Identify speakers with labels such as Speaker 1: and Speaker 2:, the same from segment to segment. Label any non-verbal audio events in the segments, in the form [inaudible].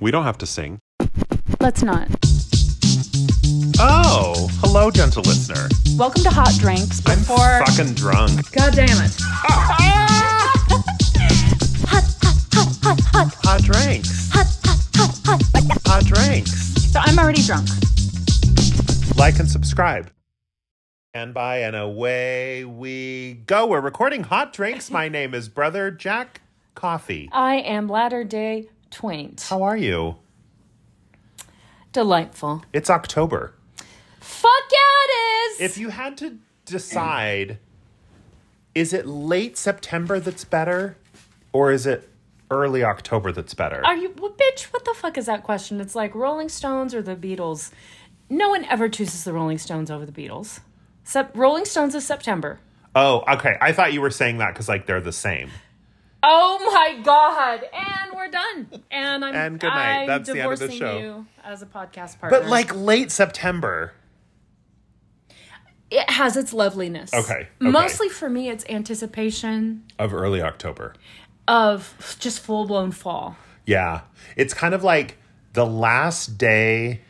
Speaker 1: We don't have to sing.
Speaker 2: Let's not.
Speaker 1: Oh, hello, gentle listener.
Speaker 2: Welcome to Hot Drinks.
Speaker 1: I'm
Speaker 2: Before.
Speaker 1: fucking drunk.
Speaker 2: God damn it.
Speaker 1: Hot drinks. Hot drinks.
Speaker 2: So I'm already drunk.
Speaker 1: Like and subscribe. And by and away we go. We're recording hot drinks. My name is Brother Jack Coffee.
Speaker 2: I am Latter day Twaint.
Speaker 1: How are you?
Speaker 2: Delightful.
Speaker 1: It's October.
Speaker 2: Fuck yeah, it is.
Speaker 1: If you had to decide, is it late September that's better, or is it early October that's better?
Speaker 2: Are you, well, bitch, what the fuck is that question? It's like Rolling Stones or the Beatles. No one ever chooses the Rolling Stones over the Beatles. Sep- Rolling Stones is September.
Speaker 1: Oh, okay. I thought you were saying that because like they're the same.
Speaker 2: Oh my god! And we're done. And I'm
Speaker 1: And good night.
Speaker 2: I'm
Speaker 1: That's the end of the
Speaker 2: divorcing
Speaker 1: show.
Speaker 2: you as a podcast partner.
Speaker 1: But like late September.
Speaker 2: it has its loveliness.
Speaker 1: Okay, okay.
Speaker 2: Mostly for me, it's anticipation
Speaker 1: Of early October.
Speaker 2: of just full
Speaker 1: [laughs]
Speaker 2: blown fall.
Speaker 1: Yeah. It's kind of like the last day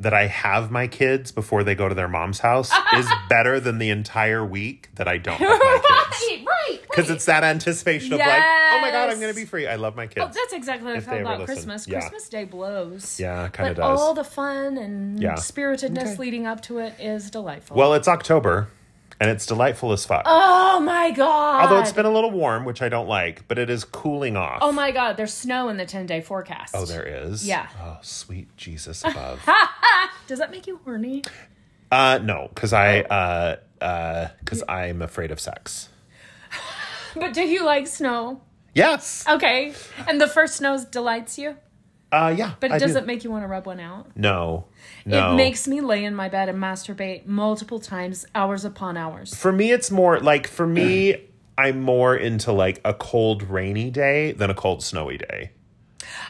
Speaker 1: that I have my kids before they go to their mom's
Speaker 2: [laughs]
Speaker 1: house is better than the entire week that I don't have my kids.
Speaker 2: right, right.
Speaker 1: Because
Speaker 2: right.
Speaker 1: it's that anticipation of like, oh my God, I'm
Speaker 2: Yes.
Speaker 1: going to be free. I love my
Speaker 2: Oh,
Speaker 1: kids.
Speaker 2: that's exactly what I
Speaker 1: If
Speaker 2: felt
Speaker 1: they ever
Speaker 2: about
Speaker 1: listen.
Speaker 2: Christmas.
Speaker 1: Yeah.
Speaker 2: Christmas Day blows.
Speaker 1: Yeah, it kinda
Speaker 2: But
Speaker 1: does.
Speaker 2: All the fun and
Speaker 1: Yeah.
Speaker 2: spiritedness leading up to it is delightful.
Speaker 1: well, it's October and it's delightful as fuck.
Speaker 2: oh my god!
Speaker 1: Although it's been a little warm, which I don't like, but it is cooling off.
Speaker 2: oh my god, there's snow in the ten day forecast.
Speaker 1: Oh, there is.
Speaker 2: Yeah.
Speaker 1: Oh, sweet
Speaker 2: [laughs]
Speaker 1: Jesus above.
Speaker 2: Does that make you horny?
Speaker 1: uh, no, because I, uh,
Speaker 2: Oh.
Speaker 1: uh, because I'm afraid of sex.
Speaker 2: But do you like snow?
Speaker 1: Yes.
Speaker 2: Okay, and the first snow delights you,
Speaker 1: Uh, yeah.
Speaker 2: but it
Speaker 1: I do.
Speaker 2: doesn't make you want to rub one out.
Speaker 1: No. No.
Speaker 2: It makes me lay in my bed and masturbate multiple times, hours upon hours.
Speaker 1: For me, it's more like for me, I'm more into like a cold, rainy day than a cold, snowy day.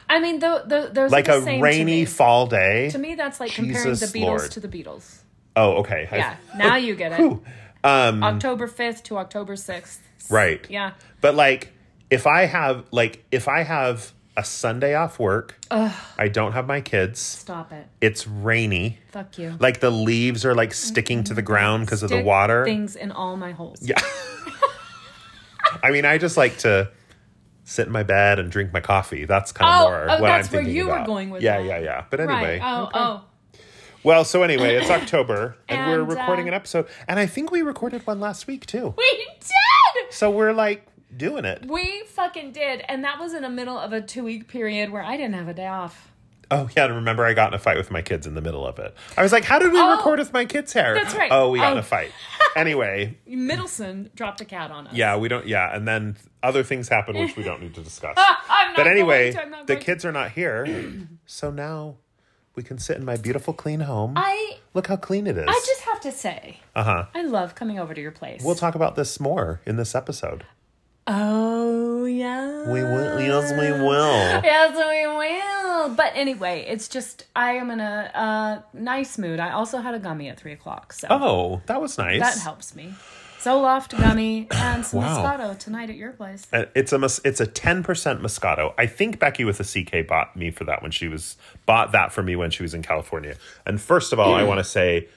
Speaker 2: I mean, tho- tho- those
Speaker 1: Like
Speaker 2: are the
Speaker 1: a
Speaker 2: same
Speaker 1: rainy
Speaker 2: To me.
Speaker 1: fall day.
Speaker 2: To me, that's like comparing the
Speaker 1: Jesus
Speaker 2: Beatles
Speaker 1: Lord.
Speaker 2: to the Beatles.
Speaker 1: oh, okay. I-
Speaker 2: Yeah, now you
Speaker 1: [laughs]
Speaker 2: get it.
Speaker 1: Whew. Um,
Speaker 2: October fifth to October sixth.
Speaker 1: right.
Speaker 2: Yeah.
Speaker 1: But like, if I have like, if I have a Sunday off work, I don't have my kids.
Speaker 2: Stop it.
Speaker 1: It's rainy.
Speaker 2: Fuck you.
Speaker 1: Like the leaves are like sticking to the
Speaker 2: Mm-hmm.
Speaker 1: ground because of the
Speaker 2: Stick
Speaker 1: water.
Speaker 2: Things in all my holes.
Speaker 1: Yeah. I mean, I just like to sit in my bed and drink my coffee. That's kind of
Speaker 2: Oh,
Speaker 1: more
Speaker 2: oh,
Speaker 1: what
Speaker 2: that's
Speaker 1: I'm
Speaker 2: where
Speaker 1: thinking
Speaker 2: you were
Speaker 1: about.
Speaker 2: going with
Speaker 1: yeah,
Speaker 2: that.
Speaker 1: yeah, yeah. But
Speaker 2: Right.
Speaker 1: anyway,
Speaker 2: Oh, oh.
Speaker 1: well, so anyway,
Speaker 2: [laughs]
Speaker 1: it's October and, we're
Speaker 2: And, uh,
Speaker 1: recording an episode, and I think we recorded one last week too.
Speaker 2: We did.
Speaker 1: So we're like doing it.
Speaker 2: We fucking did, and that was in the middle of a two week period where I didn't have a day off.
Speaker 1: Oh yeah, and remember I got in a fight with my kids in the middle of it. I was like, "How did we
Speaker 2: Oh,
Speaker 1: record with my kids' hair?"
Speaker 2: that's right.
Speaker 1: Oh, we got in
Speaker 2: Oh.
Speaker 1: a
Speaker 2: [laughs]
Speaker 1: fight. Anyway,
Speaker 2: Middleson [laughs] dropped a cat on us.
Speaker 1: yeah, we don't. Yeah, and then other things happened which we don't need to
Speaker 2: [laughs]
Speaker 1: discuss.
Speaker 2: Ah, I'm not
Speaker 1: But anyway,
Speaker 2: going to, I'm not
Speaker 1: the
Speaker 2: going to.
Speaker 1: kids are not here, [clears throat] so now we can sit in my beautiful, clean home.
Speaker 2: I
Speaker 1: Look how clean it is.
Speaker 2: I just have to say,
Speaker 1: uh huh.
Speaker 2: I love coming over to your place.
Speaker 1: We'll talk about this more in this episode.
Speaker 2: oh yeah.
Speaker 1: We will. Yes, we will.
Speaker 2: Yes, we will. But anyway, it's just I am in a uh, nice mood. I also had a gummy at three o'clock, so
Speaker 1: Oh, that was nice.
Speaker 2: that helps me. Zoloft gummy and some
Speaker 1: Wow.
Speaker 2: Moscato tonight at your place.
Speaker 1: Uh, It's a mus- it's a ten percent Moscato. I think Becky with a CK bought me for that when she was bought that for me when she was in California. And first of all, I want to say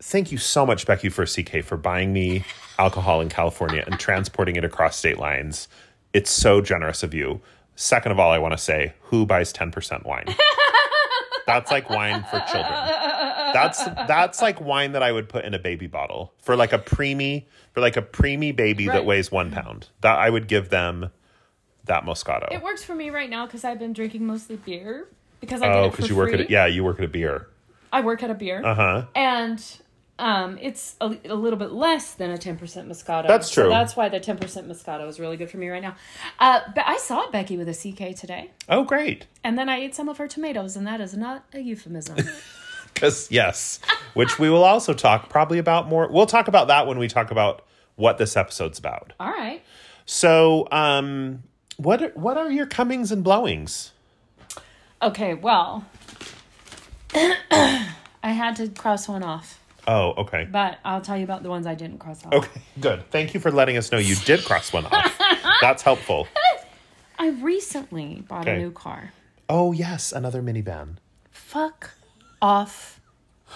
Speaker 1: thank you so much, Becky, for CK for buying me alcohol in California and transporting it across state lines. It's so generous of you. Second of all, I want to say who buys ten percent
Speaker 2: [laughs]
Speaker 1: wine. That's like wine for children. That's that's like wine that I would put in a baby bottle for like a preemie for like a preemie baby that
Speaker 2: Right.
Speaker 1: weighs one pound. That I would give them that Moscato.
Speaker 2: It works for me right now because I've been drinking mostly beer because
Speaker 1: oh,
Speaker 2: I did it for
Speaker 1: because you work
Speaker 2: free.
Speaker 1: at a, yeah, you work at a beer.
Speaker 2: I work at a beer,
Speaker 1: Uh huh.
Speaker 2: and um, it's a, a little bit less than a ten percent Moscato.
Speaker 1: That's
Speaker 2: So
Speaker 1: true.
Speaker 2: that's why the ten percent Moscato is really good for me right now. Uh, but I saw Becky with a CK today,
Speaker 1: Oh, great.
Speaker 2: and then I ate some of her tomatoes, and that is not a euphemism. [laughs]
Speaker 1: Because yes, which we will also talk probably about more. We'll talk about that when we talk about what this episode's about.
Speaker 2: All right.
Speaker 1: So, um, what are, what are your comings and blowings?
Speaker 2: Okay, well, [coughs] I had to cross one off,
Speaker 1: Oh, okay.
Speaker 2: but I'll tell you about the ones I didn't cross off.
Speaker 1: Okay, good. Thank you for letting us know you did cross one off. That's helpful.
Speaker 2: I recently bought
Speaker 1: Okay.
Speaker 2: a new car.
Speaker 1: Oh yes, another minivan.
Speaker 2: Fuck off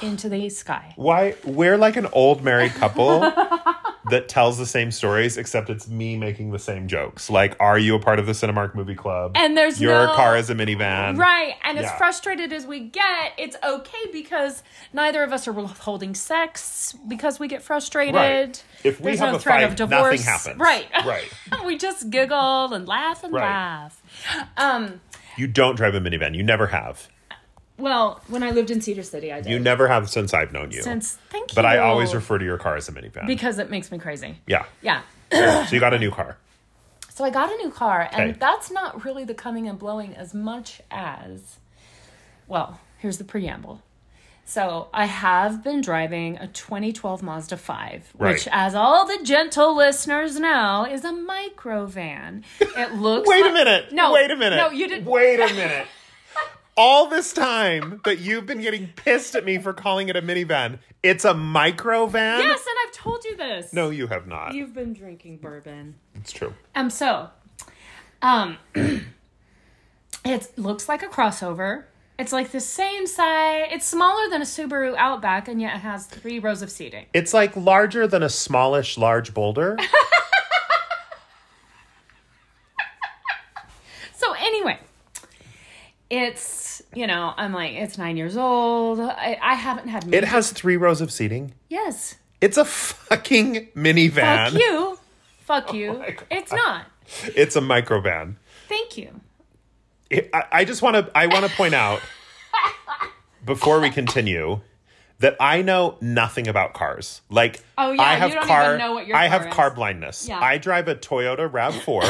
Speaker 2: into the sky.
Speaker 1: Why we're like an old married couple that tells the same stories, except it's me making the same jokes. Like, are you a part of the Cinemark Movie Club?
Speaker 2: And there's
Speaker 1: your
Speaker 2: no-
Speaker 1: car is a minivan,
Speaker 2: Right. And as
Speaker 1: Yeah.
Speaker 2: frustrated as we get, it's okay because neither of us are withholding sex because we get frustrated.
Speaker 1: Right. If we
Speaker 2: There's
Speaker 1: have
Speaker 2: no
Speaker 1: a
Speaker 2: threat
Speaker 1: fight,
Speaker 2: of
Speaker 1: nothing
Speaker 2: divorce.
Speaker 1: happens.
Speaker 2: Right. [laughs]
Speaker 1: Right.
Speaker 2: we just giggle and laugh and
Speaker 1: Right.
Speaker 2: laugh. Um,
Speaker 1: You don't drive a minivan. You never have.
Speaker 2: well, when I lived in Cedar City, I did.
Speaker 1: You never have since I've known you.
Speaker 2: Since, thank
Speaker 1: but
Speaker 2: you.
Speaker 1: I always refer to your car as a minivan.
Speaker 2: Because it makes me crazy.
Speaker 1: yeah.
Speaker 2: Yeah.
Speaker 1: so you got a new
Speaker 2: [laughs]
Speaker 1: car.
Speaker 2: So I got a new car, and
Speaker 1: Okay.
Speaker 2: that's not really the coming and blowing as much as. Well, here's the preamble. So I have been driving a 2012 Mazda 5, which,
Speaker 1: Right.
Speaker 2: as all the gentle listeners know, is a
Speaker 1: [laughs]
Speaker 2: microvan. It looks.
Speaker 1: Wait a
Speaker 2: like-
Speaker 1: minute.
Speaker 2: No,
Speaker 1: Wait a minute.
Speaker 2: No, you didn't.
Speaker 1: Wait a minute. All this time that you've been getting pissed at me for calling it a minivan, it's a microvan.
Speaker 2: Yes, and I've told you this.
Speaker 1: No, you have not.
Speaker 2: you've been drinking bourbon.
Speaker 1: it's true.
Speaker 2: Um. So, um, [clears throat] it looks like a crossover. It's like the same size. It's smaller than a Subaru Outback, and yet it has three rows of seating.
Speaker 1: It's like larger than a smallish large
Speaker 2: [laughs]
Speaker 1: boulder.
Speaker 2: So anyway, it's you know I'm like it's nine years old. I, I haven't had
Speaker 1: it
Speaker 2: major-
Speaker 1: has three rows of seating.
Speaker 2: yes.
Speaker 1: It's a fucking minivan.
Speaker 2: Fuck you.
Speaker 1: [laughs]
Speaker 2: Fuck you.
Speaker 1: Oh my God.
Speaker 2: it's not.
Speaker 1: It's a microvan.
Speaker 2: Thank you.
Speaker 1: I, I just want to. I want to point out before we continue that I know nothing about cars. Like,
Speaker 2: Oh, yeah,
Speaker 1: I
Speaker 2: you
Speaker 1: have
Speaker 2: don't
Speaker 1: car.
Speaker 2: even know what your
Speaker 1: I
Speaker 2: car
Speaker 1: have
Speaker 2: is.
Speaker 1: car blindness.
Speaker 2: Yeah.
Speaker 1: I drive a Toyota Rav
Speaker 2: [laughs]
Speaker 1: Four.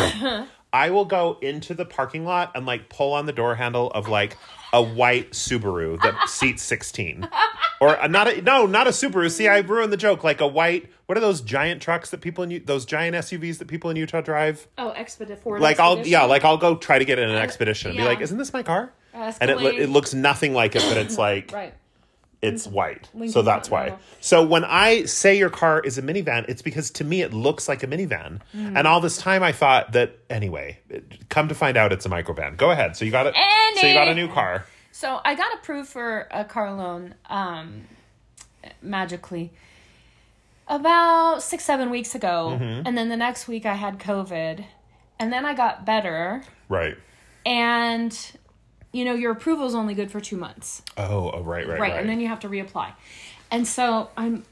Speaker 1: I will go into the parking lot and like pull on the door handle of like a white Subaru
Speaker 2: [laughs]
Speaker 1: that seats sixteen, or a, not a no, not a Subaru. See, I ruined the joke. Like a white. What are those giant trucks that people in U- those giant SUVs that people in Utah drive?
Speaker 2: Oh, expedite for
Speaker 1: like I'll yeah, like I'll go try to get in an expedition and
Speaker 2: yeah.
Speaker 1: be like, isn't this my car?
Speaker 2: Uh,
Speaker 1: and it, lo-
Speaker 2: Escalade.
Speaker 1: it looks nothing like it, but
Speaker 2: [clears throat]
Speaker 1: it's like
Speaker 2: right.
Speaker 1: it's white, so
Speaker 2: Lincoln
Speaker 1: that's why.
Speaker 2: Continental.
Speaker 1: So when I say your car is a minivan, it's because to me it looks like a minivan,
Speaker 2: Mm.
Speaker 1: and all this time I thought that anyway. it- Come to find out, it's a microvan. Go ahead. So you got it. So you got a
Speaker 2: Annie!
Speaker 1: new car.
Speaker 2: So I got approved for a car loan um, magically about six, seven weeks ago.
Speaker 1: Mm-hmm.
Speaker 2: And then the next week I had COVID. And then I got better.
Speaker 1: Right.
Speaker 2: And, you know, your approval is only good for two months.
Speaker 1: Oh, oh right, right,
Speaker 2: Right.
Speaker 1: right.
Speaker 2: And then you have to reapply. And so I'm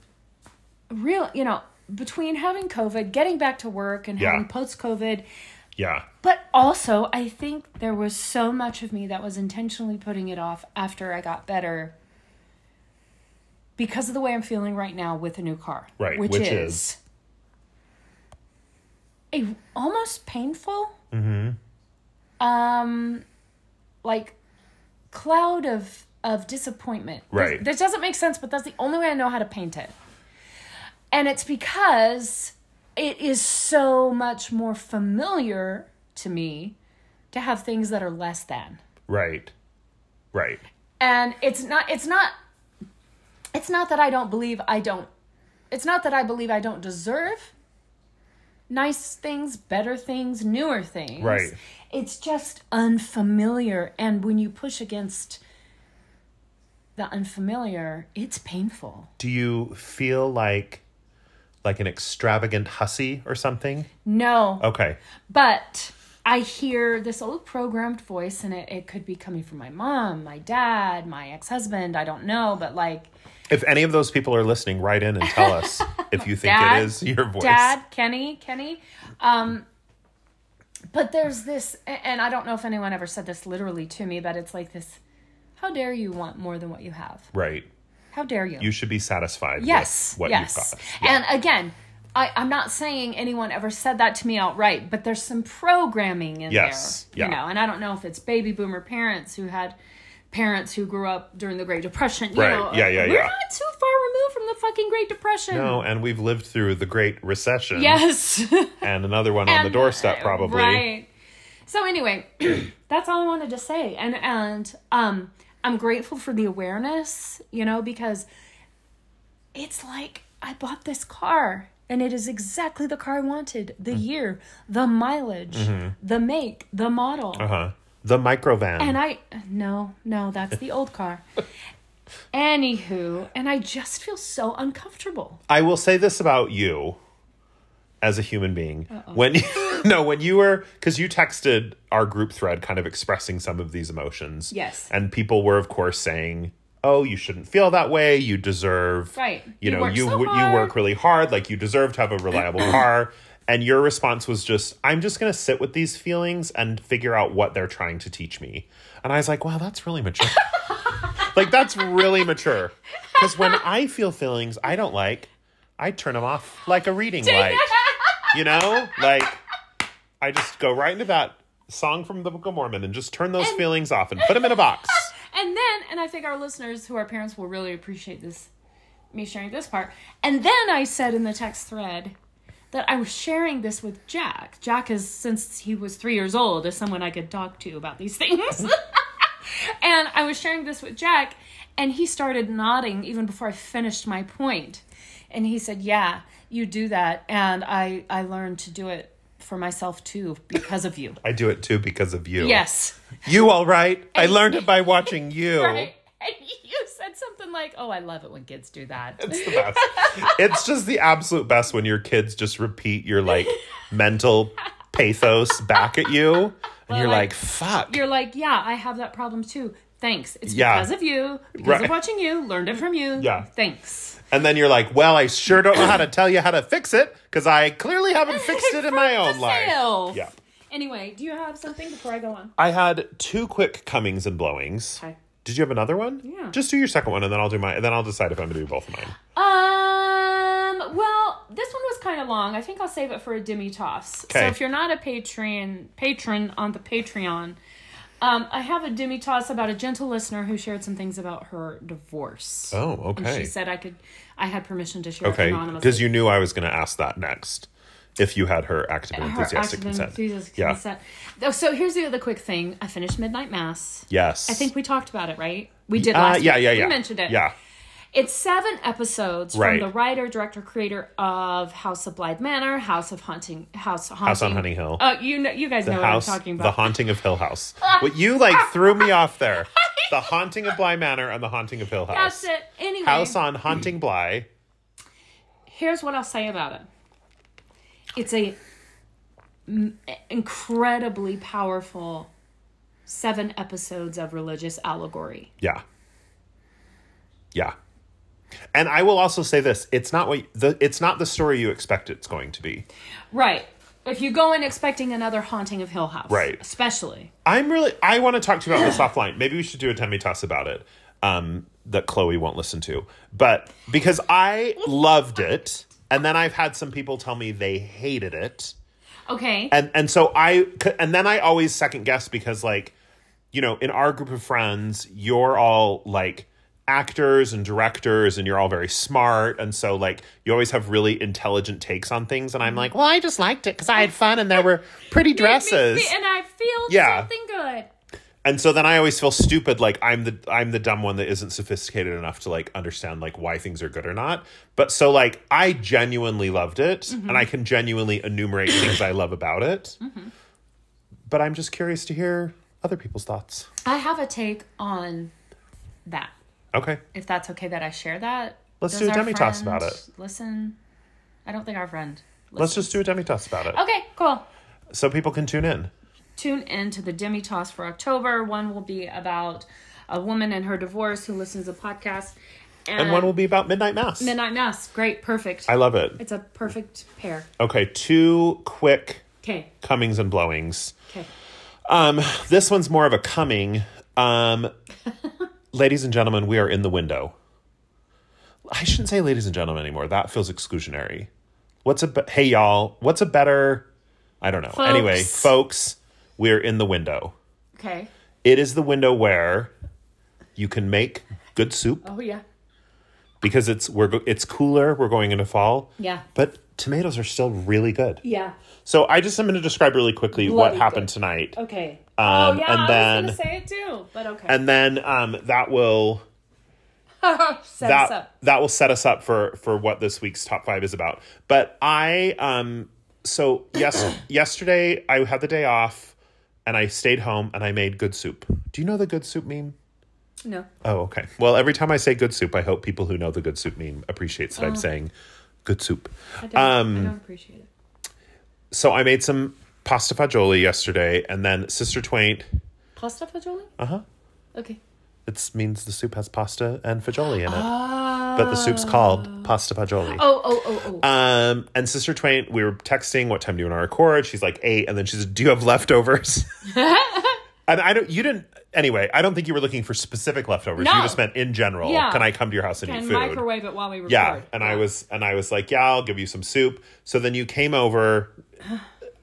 Speaker 2: real, you know, between having COVID, getting back to work, and
Speaker 1: Yeah.
Speaker 2: having post COVID,
Speaker 1: yeah.
Speaker 2: but also, I think there was so much of me that was intentionally putting it off after I got better because of the way I'm feeling right now with a new car.
Speaker 1: Right,
Speaker 2: Which,
Speaker 1: which
Speaker 2: is, a almost painful um like cloud of of disappointment. This-
Speaker 1: Right.
Speaker 2: This doesn't make sense, but that's the only way I know how to paint it. And it's because it is so much more familiar to me to have things that are less than.
Speaker 1: Right. Right.
Speaker 2: And it's not it's not it's not that I don't believe I don't it's not that I believe I don't deserve nice things, better things, newer things.
Speaker 1: Right.
Speaker 2: It's just unfamiliar and when you push against the unfamiliar, it's painful.
Speaker 1: Do you feel like like an extravagant hussy or something?
Speaker 2: No.
Speaker 1: Okay.
Speaker 2: But I hear this old programmed voice, and it, it could be coming from my mom, my dad, my ex husband. I don't know, but like,
Speaker 1: If any of those people are listening, write in and tell
Speaker 2: [laughs]
Speaker 1: us if you think
Speaker 2: Dad?
Speaker 1: it is your voice.
Speaker 2: dad, Kenny, Kenny. Um, but there's this, a- and I don't know if anyone ever said this literally to me, but it's like this how dare you want more than what you have?
Speaker 1: Right.
Speaker 2: How dare you?
Speaker 1: You should be satisfied
Speaker 2: yes.
Speaker 1: with what
Speaker 2: yes.
Speaker 1: you've got. Yeah.
Speaker 2: And again, I, I'm not saying anyone ever said that to me outright, but there's some programming in
Speaker 1: Yes,
Speaker 2: there.
Speaker 1: yeah.
Speaker 2: You know, and I don't know if it's baby boomer parents who had parents who grew up during the Great Depression. You
Speaker 1: Right.
Speaker 2: know,
Speaker 1: Yeah, yeah,
Speaker 2: We're
Speaker 1: yeah.
Speaker 2: not too far removed from the fucking Great Depression.
Speaker 1: no, and we've lived through the Great Recession
Speaker 2: Yes. [laughs]
Speaker 1: and another one on the
Speaker 2: And- uh,
Speaker 1: doorstep, probably.
Speaker 2: Right. So anyway, [clears throat] that's all I wanted to say, and and um, I'm grateful for the awareness, you know, because it's like I bought this car, and it is exactly
Speaker 1: Mm-hmm.
Speaker 2: the car I wanted, the year, the mileage, the make, the model,
Speaker 1: Uh huh. The microvan.
Speaker 2: And I no, no, that's the
Speaker 1: [laughs]
Speaker 2: old car. Anywho, and I just feel so uncomfortable.
Speaker 1: I will say this about you as a human being. When [laughs] you, no, when you were cuz you texted our group thread kind of expressing some of these emotions.
Speaker 2: Yes.
Speaker 1: And people were of course saying, "Oh, you shouldn't feel that way. You deserve
Speaker 2: Right.
Speaker 1: You,
Speaker 2: You
Speaker 1: know,
Speaker 2: work
Speaker 1: you
Speaker 2: so
Speaker 1: w- you
Speaker 2: hard."
Speaker 1: work really hard, like you deserve to have a
Speaker 2: [clears throat]
Speaker 1: reliable car." And your response was just, "I'm just going to sit with these feelings and figure out what they're trying to teach me." And I was like, "Wow, that's really mature." [laughs] like that's really mature. Because when I feel feelings I don't like, I turn them off like a reading light. You know, like I just go right into that song from the Book of Mormon and just turn those feelings off and put them in a box.
Speaker 2: And then, and I think our listeners who are parents will really appreciate this, me sharing this part. And then I said in the text thread that I was sharing this with Jack. Jack is, since he was three years old, is someone I could talk to about these things. [laughs] and I was sharing this with Jack, and he started nodding even before I finished my point. And he said, Yeah, you do that. And I, I learned to do it for myself too because of you.
Speaker 1: I do it too because of you.
Speaker 2: Yes.
Speaker 1: You all right? I learned it by
Speaker 2: [laughs]
Speaker 1: watching you.
Speaker 2: Right. And you said something like, "Oh, I love it when kids do that."
Speaker 1: It's the best. it's just the absolute best when your kids just repeat your like mental pathos back at you. And you're
Speaker 2: like,
Speaker 1: like, fuck.
Speaker 2: You're like, "Yeah, I have that problem too." Thanks. It's
Speaker 1: Yeah.
Speaker 2: because of you. Because
Speaker 1: Right.
Speaker 2: of watching you. Learned it from you.
Speaker 1: Yeah.
Speaker 2: Thanks.
Speaker 1: And then you're like, well, I sure don't know how to tell you how to fix it because I clearly
Speaker 2: [laughs]
Speaker 1: haven't fixed it in my own life.
Speaker 2: Self.
Speaker 1: Yeah.
Speaker 2: Anyway, do you have something before I go on?
Speaker 1: I had two quick comings and blowings.
Speaker 2: Okay.
Speaker 1: Did you have another one?
Speaker 2: Yeah.
Speaker 1: Just do your second one and then I'll do my and then I'll decide if I'm gonna do both of mine.
Speaker 2: Um. Well, this one was kind of long. I think I'll save it for a Demi Toss. So
Speaker 1: Okay.
Speaker 2: if you're not a patron patron on the Patreon, um, I have a Demi Toss about a gentle listener who shared some things about her divorce.
Speaker 1: Oh,
Speaker 2: And
Speaker 1: okay.
Speaker 2: she said I could, I had permission to share it
Speaker 1: Okay.
Speaker 2: anonymously.
Speaker 1: Because you knew I was gonna ask that next. If you had her active and
Speaker 2: Her
Speaker 1: enthusiastic
Speaker 2: active
Speaker 1: consent.
Speaker 2: enthusiastic
Speaker 1: yeah.
Speaker 2: consent. Oh, So here's the other quick thing. I finished Midnight Mass.
Speaker 1: Yes.
Speaker 2: I think we talked about it, right? We did
Speaker 1: uh,
Speaker 2: last
Speaker 1: yeah,
Speaker 2: week.
Speaker 1: yeah, yeah.
Speaker 2: We mentioned it.
Speaker 1: Yeah.
Speaker 2: It's seven episodes
Speaker 1: Right.
Speaker 2: from the writer, director, creator of House of Blythe Manor, House of Haunting, House Haunting.
Speaker 1: House on Honey Hill.
Speaker 2: Uh, you know, you guys know
Speaker 1: House,
Speaker 2: what I'm talking
Speaker 1: The
Speaker 2: about.
Speaker 1: Haunting of Hill
Speaker 2: [laughs]
Speaker 1: House. what you like threw me off there. The Haunting of Bly Manor and The Haunting of Hill House.
Speaker 2: That's it. Anyway,
Speaker 1: House on Haunting Bly.
Speaker 2: here's what I'll say about it. It's a m- incredibly powerful seven episodes of religious allegory.
Speaker 1: Yeah. Yeah. And I will also say this: it's not what the it's not the story you expect it's going to be.
Speaker 2: Right. If you go in expecting another haunting of Hill House,
Speaker 1: Right.
Speaker 2: Especially.
Speaker 1: I'm really I want to talk to you about this offline. Maybe we should do a tummy toss about it. Um, that Chloe won't listen to, but because I loved it, and then I've had some people tell me they hated it.
Speaker 2: Okay.
Speaker 1: and and so I and then I always second guess because like you know in our group of friends you're all like actors and directors and you're all very smart and so like you always have really intelligent takes on things and I'm like well I just liked it cuz I had fun and there were pretty dresses
Speaker 2: And I feel
Speaker 1: Yeah.
Speaker 2: something good.
Speaker 1: and so then I always feel stupid like I'm the I'm the dumb one that isn't sophisticated enough to like understand like why things are good or not but so like I genuinely loved it and I can genuinely enumerate things I love about it but I'm just curious to hear other people's thoughts
Speaker 2: I have a take on that.
Speaker 1: okay
Speaker 2: If that's okay that I share that.
Speaker 1: Let's
Speaker 2: Does
Speaker 1: do a
Speaker 2: our
Speaker 1: demi toss
Speaker 2: friend
Speaker 1: about it.
Speaker 2: Listen. I don't think our friend.
Speaker 1: let's just do a demi toss about it
Speaker 2: Okay, cool.
Speaker 1: so people can tune in
Speaker 2: Tune in to the Demi Toss for October. One will be about a woman and her divorce who listens to podcasts. And,
Speaker 1: and one will be about midnight mass
Speaker 2: Midnight Mass. Great, perfect.
Speaker 1: I love it
Speaker 2: it's a perfect pair.
Speaker 1: okay two quick
Speaker 2: Okay,
Speaker 1: comings and blowings
Speaker 2: okay.
Speaker 1: Um, this one's more of a coming.
Speaker 2: [laughs]
Speaker 1: Um, ladies and gentlemen, we are in the window. I shouldn't say ladies and gentlemen anymore. That feels exclusionary. What's a be- hey y'all? What's a better? I don't know. Anyway,
Speaker 2: Folks.
Speaker 1: folks, we're in the window.
Speaker 2: Okay.
Speaker 1: It is the window where you can make good soup
Speaker 2: Oh, yeah.
Speaker 1: because it's we're go- it's cooler. We're going into fall.
Speaker 2: Yeah.
Speaker 1: but tomatoes are still really good.
Speaker 2: Yeah.
Speaker 1: So I just am going to describe really quickly what
Speaker 2: Bloody
Speaker 1: happened
Speaker 2: good.
Speaker 1: tonight.
Speaker 2: Okay.
Speaker 1: Um,
Speaker 2: oh yeah,
Speaker 1: and
Speaker 2: I
Speaker 1: then-
Speaker 2: was gonna say it too, but okay.
Speaker 1: and then um, that will
Speaker 2: [laughs] Set us
Speaker 1: that
Speaker 2: up.
Speaker 1: that will set us up for for what this week's top five is about. [clears throat] But I um so yes yesterday I had the day off. and I stayed home and I made good soup. Do you know the good soup meme?
Speaker 2: No.
Speaker 1: Oh, okay. Well, every time I say good soup, I hope people who know the good soup meme appreciates that
Speaker 2: Oh.
Speaker 1: I'm saying good soup.
Speaker 2: I don't, I
Speaker 1: Um,
Speaker 2: don't appreciate it.
Speaker 1: So I made some pasta fagioli yesterday, and then Sister Twain.
Speaker 2: Pasta fagioli?
Speaker 1: Uh huh.
Speaker 2: Okay.
Speaker 1: It means the soup has pasta and fagioli in it,
Speaker 2: Ah.
Speaker 1: but the soup's called pasta fagioli.
Speaker 2: Oh, oh, oh, oh.
Speaker 1: Um, and Sister Twain, we were texting, what time do you want to record? She's like eight, and then she said, Do you have
Speaker 2: [laughs]
Speaker 1: leftovers? and I don't you didn't anyway, I don't think you were looking for specific leftovers. You
Speaker 2: No.
Speaker 1: just meant in general,
Speaker 2: Yeah.
Speaker 1: can I come to your house and
Speaker 2: and
Speaker 1: eat food?
Speaker 2: microwave it while we record.
Speaker 1: yeah. And I was and I was like, Yeah, I'll give you some soup. So then you came over.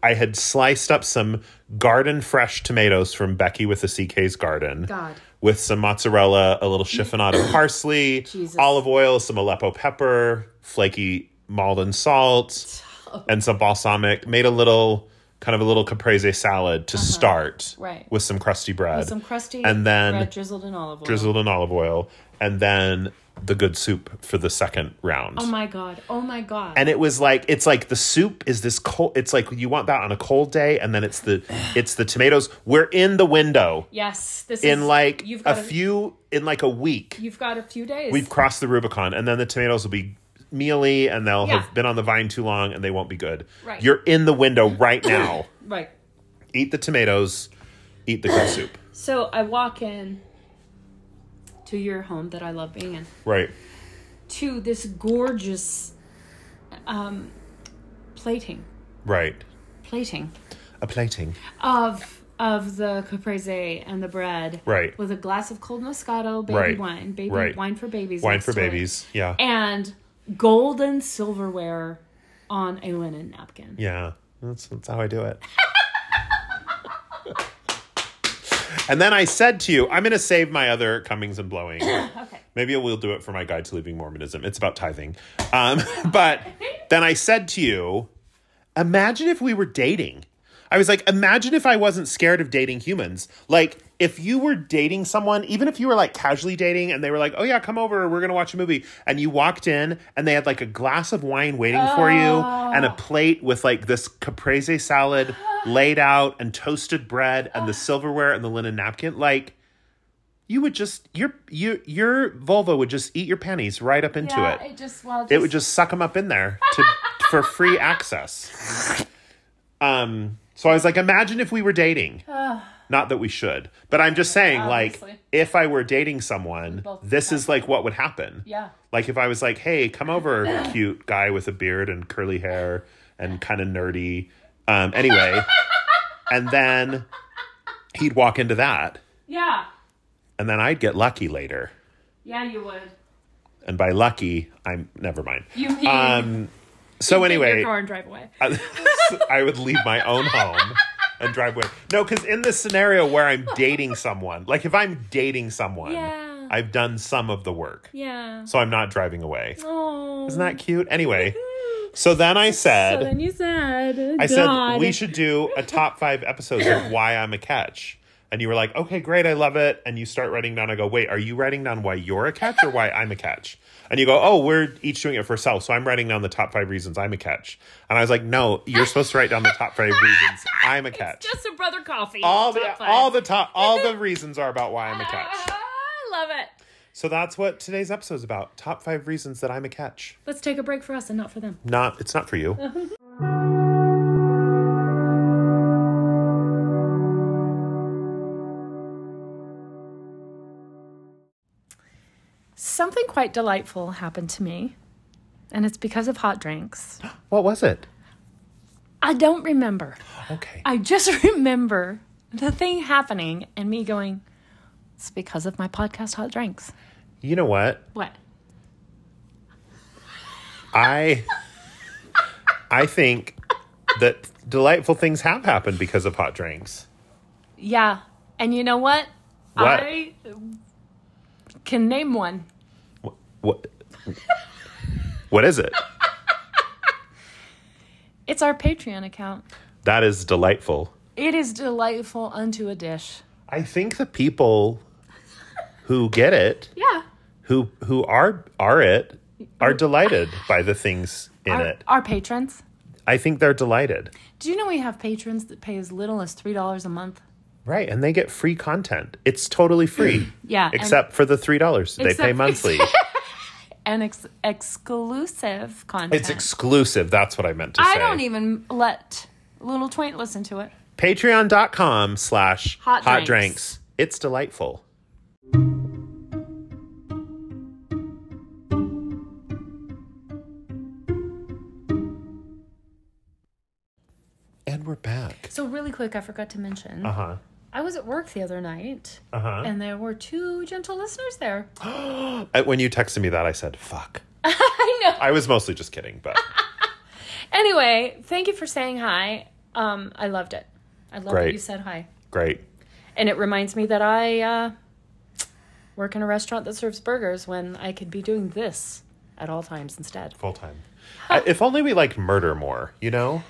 Speaker 1: I had sliced up some garden fresh tomatoes from Becky with the CK's garden.
Speaker 2: God.
Speaker 1: With some mozzarella, a little chiffonado parsley,
Speaker 2: Jesus.
Speaker 1: olive oil, some Aleppo pepper, flaky Malden salt,
Speaker 2: Oh.
Speaker 1: and some balsamic. Made a little kind of a little caprese salad to start
Speaker 2: Uh-huh. Right.
Speaker 1: with some crusty bread.
Speaker 2: Some crusty
Speaker 1: and then
Speaker 2: bread drizzled in olive oil.
Speaker 1: drizzled in olive oil and then the good soup for the second round.
Speaker 2: Oh my god. Oh my god.
Speaker 1: and it was like it's like the soup is this cold it's like you want that on a cold day and then it's the it's the tomatoes. We're in the window
Speaker 2: yes, this is
Speaker 1: in like
Speaker 2: you've
Speaker 1: a
Speaker 2: got
Speaker 1: few in like a week.
Speaker 2: You've got a few days.
Speaker 1: We've crossed the Rubicon, and then the tomatoes will be mealy, and they'll
Speaker 2: Yeah.
Speaker 1: have been on the vine too long, and they won't be good.
Speaker 2: Right.
Speaker 1: You're in the window
Speaker 2: [coughs]
Speaker 1: right now.
Speaker 2: right.
Speaker 1: eat the tomatoes, eat the good soup.
Speaker 2: So I walk in to your home that I love being in.
Speaker 1: Right.
Speaker 2: To this gorgeous um plating.
Speaker 1: Right.
Speaker 2: Plating
Speaker 1: A plating.
Speaker 2: of of the caprese and the bread.
Speaker 1: Right.
Speaker 2: With a glass of cold moscato, baby
Speaker 1: Right.
Speaker 2: wine, baby
Speaker 1: Right.
Speaker 2: wine for babies.
Speaker 1: Wine
Speaker 2: next
Speaker 1: for
Speaker 2: to it.
Speaker 1: babies. Yeah.
Speaker 2: And golden silverware on a linen napkin.
Speaker 1: yeah. That's, that's how I do it. and then I said to you, I'm going to save my other comings and blowing.
Speaker 2: Okay.
Speaker 1: Maybe we'll do it for my guide to leaving Mormonism. It's about tithing. Um, [laughs] but then I said to you, imagine if we were dating. I was like, imagine if I wasn't scared of dating humans. Like, if you were dating someone, even if you were like casually dating and they were like, oh yeah, come over, we're going to watch a movie. And you walked in and they had like a glass of wine waiting for you and a plate with like this caprese salad laid out and toasted bread and the silverware and the linen napkin. Like, you would just your your your vulva would just eat your panties right up into
Speaker 2: Yeah,
Speaker 1: it.
Speaker 2: it just well,
Speaker 1: It would just suck them up in there to for free access. Um. So I was like, imagine if we were
Speaker 2: [sighs]
Speaker 1: dating. Not that we should, but I'm just saying, like,
Speaker 2: Obviously.
Speaker 1: if I were dating someone,
Speaker 2: both
Speaker 1: this is like what would happen.
Speaker 2: yeah.
Speaker 1: Like if I was like, "Hey, come over,
Speaker 2: [clears throat]
Speaker 1: cute guy with a beard and curly hair and kind of nerdy." Um, anyway, and then he'd walk into that,
Speaker 2: Yeah.
Speaker 1: and then I'd get lucky later.
Speaker 2: Yeah, you would.
Speaker 1: And by lucky, I'm never mind.
Speaker 2: You mean
Speaker 1: Um, so
Speaker 2: take
Speaker 1: anyway,
Speaker 2: your car and drive away.
Speaker 1: I, I [laughs] would leave my own home and drive away. No, because in this scenario where I'm dating someone, like if I'm dating someone,
Speaker 2: Yeah.
Speaker 1: I've done some of the work,
Speaker 2: Yeah.
Speaker 1: so I'm not driving away.
Speaker 2: Oh.
Speaker 1: Isn't that cute? Anyway, so then I said,
Speaker 2: Mm-hmm. So then you said.
Speaker 1: I
Speaker 2: God.
Speaker 1: said we should do a top five episodes of why I'm a catch. And you were like, okay, great, I love it. And you start writing down. I go, wait, are you writing down why you're a catch or why I'm a catch? And you go, oh, we're each doing it for ourselves. So I'm writing down the top five reasons I'm a catch. And I was like, no, you're supposed to write down the top five reasons I'm a catch.
Speaker 2: Just a brother coffee.
Speaker 1: All
Speaker 2: Top
Speaker 1: the
Speaker 2: five. [laughs]
Speaker 1: all the top all the reasons are about why I'm a catch.
Speaker 2: Ah, I love it.
Speaker 1: So that's what today's episode is about. Top five reasons that I'm a catch.
Speaker 2: Let's take a break for us and not for them.
Speaker 1: Not it's not for you.
Speaker 2: [laughs] Something quite delightful happened to me, and it's because of hot drinks.
Speaker 1: What was it?
Speaker 2: I don't remember.
Speaker 1: Okay.
Speaker 2: I just [laughs] remember the thing happening and me going, it's because of my podcast, Hot Drinks.
Speaker 1: You know what?
Speaker 2: What?
Speaker 1: I I think that delightful things have happened because of hot drinks.
Speaker 2: Yeah. And you know what?
Speaker 1: What?
Speaker 2: I can name one.
Speaker 1: What What is it?
Speaker 2: It's our Patreon account.
Speaker 1: That is delightful.
Speaker 2: It is delightful unto a dish.
Speaker 1: I think the people who get it,
Speaker 2: Yeah.
Speaker 1: who who are are it, are delighted by the things in
Speaker 2: Our,
Speaker 1: it.
Speaker 2: our patrons.
Speaker 1: I think they're delighted.
Speaker 2: Do you know we have patrons that pay as little as $3 a month?
Speaker 1: Right, and they get free content. It's totally free.
Speaker 2: Yeah, [clears throat] and-
Speaker 1: Except for the $3 they pay
Speaker 2: Except-
Speaker 1: monthly.
Speaker 2: and ex- exclusive content.
Speaker 1: it's exclusive. That's what I meant to say.
Speaker 2: I don't even let Little Twain listen to it.
Speaker 1: Patreon.com slash
Speaker 2: Hot
Speaker 1: hot
Speaker 2: drinks.
Speaker 1: drinks. It's delightful. And we're back.
Speaker 2: So really quick, I forgot to mention.
Speaker 1: Uh huh.
Speaker 2: I was at work the other night,
Speaker 1: Uh-huh.
Speaker 2: and there were two gentle listeners there.
Speaker 1: Uh, When you texted me that, I said, fuck.
Speaker 2: [laughs] I know.
Speaker 1: I was mostly just kidding,
Speaker 2: [laughs]
Speaker 1: but
Speaker 2: Anyway, thank you for saying hi. Um, I loved it. I love that
Speaker 1: Great.
Speaker 2: you said hi,
Speaker 1: great.
Speaker 2: and it reminds me that I uh, work in a restaurant that serves burgers when I could be doing this at all times instead.
Speaker 1: Full time. Uh, if only we liked murder more, you know?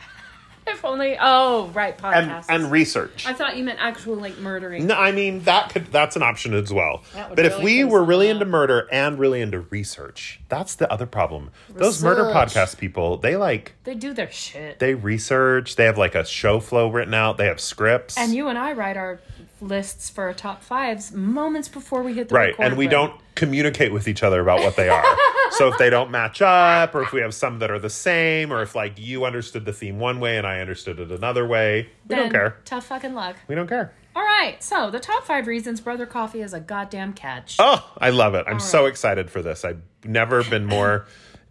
Speaker 2: If only. Oh, right,
Speaker 1: And,
Speaker 2: podcasts.
Speaker 1: and research.
Speaker 2: I thought you meant actual like murdering.
Speaker 1: No, I mean that could that's an option as well.
Speaker 2: That would
Speaker 1: But if
Speaker 2: really
Speaker 1: we
Speaker 2: close
Speaker 1: were
Speaker 2: them
Speaker 1: really
Speaker 2: up.
Speaker 1: into murder and really into research, that's the other problem. Those murder
Speaker 2: Research.
Speaker 1: podcast people, they like
Speaker 2: They do their shit.
Speaker 1: they research, they have like a show flow written out, they have scripts.
Speaker 2: and you and I write our lists for our top fives moments before we hit the
Speaker 1: right,
Speaker 2: record
Speaker 1: and we
Speaker 2: button.
Speaker 1: don't communicate with each other about what they
Speaker 2: [laughs]
Speaker 1: are. so if they don't match up or if we have some that are the same or if like you understood the theme one way and I understood it another way, we
Speaker 2: Then,
Speaker 1: don't care.
Speaker 2: Tough fucking luck.
Speaker 1: We don't care.
Speaker 2: All right, so the top five reasons Brother Coffee is a goddamn catch.
Speaker 1: Oh, I love it. I'm so excited for this. I've never been more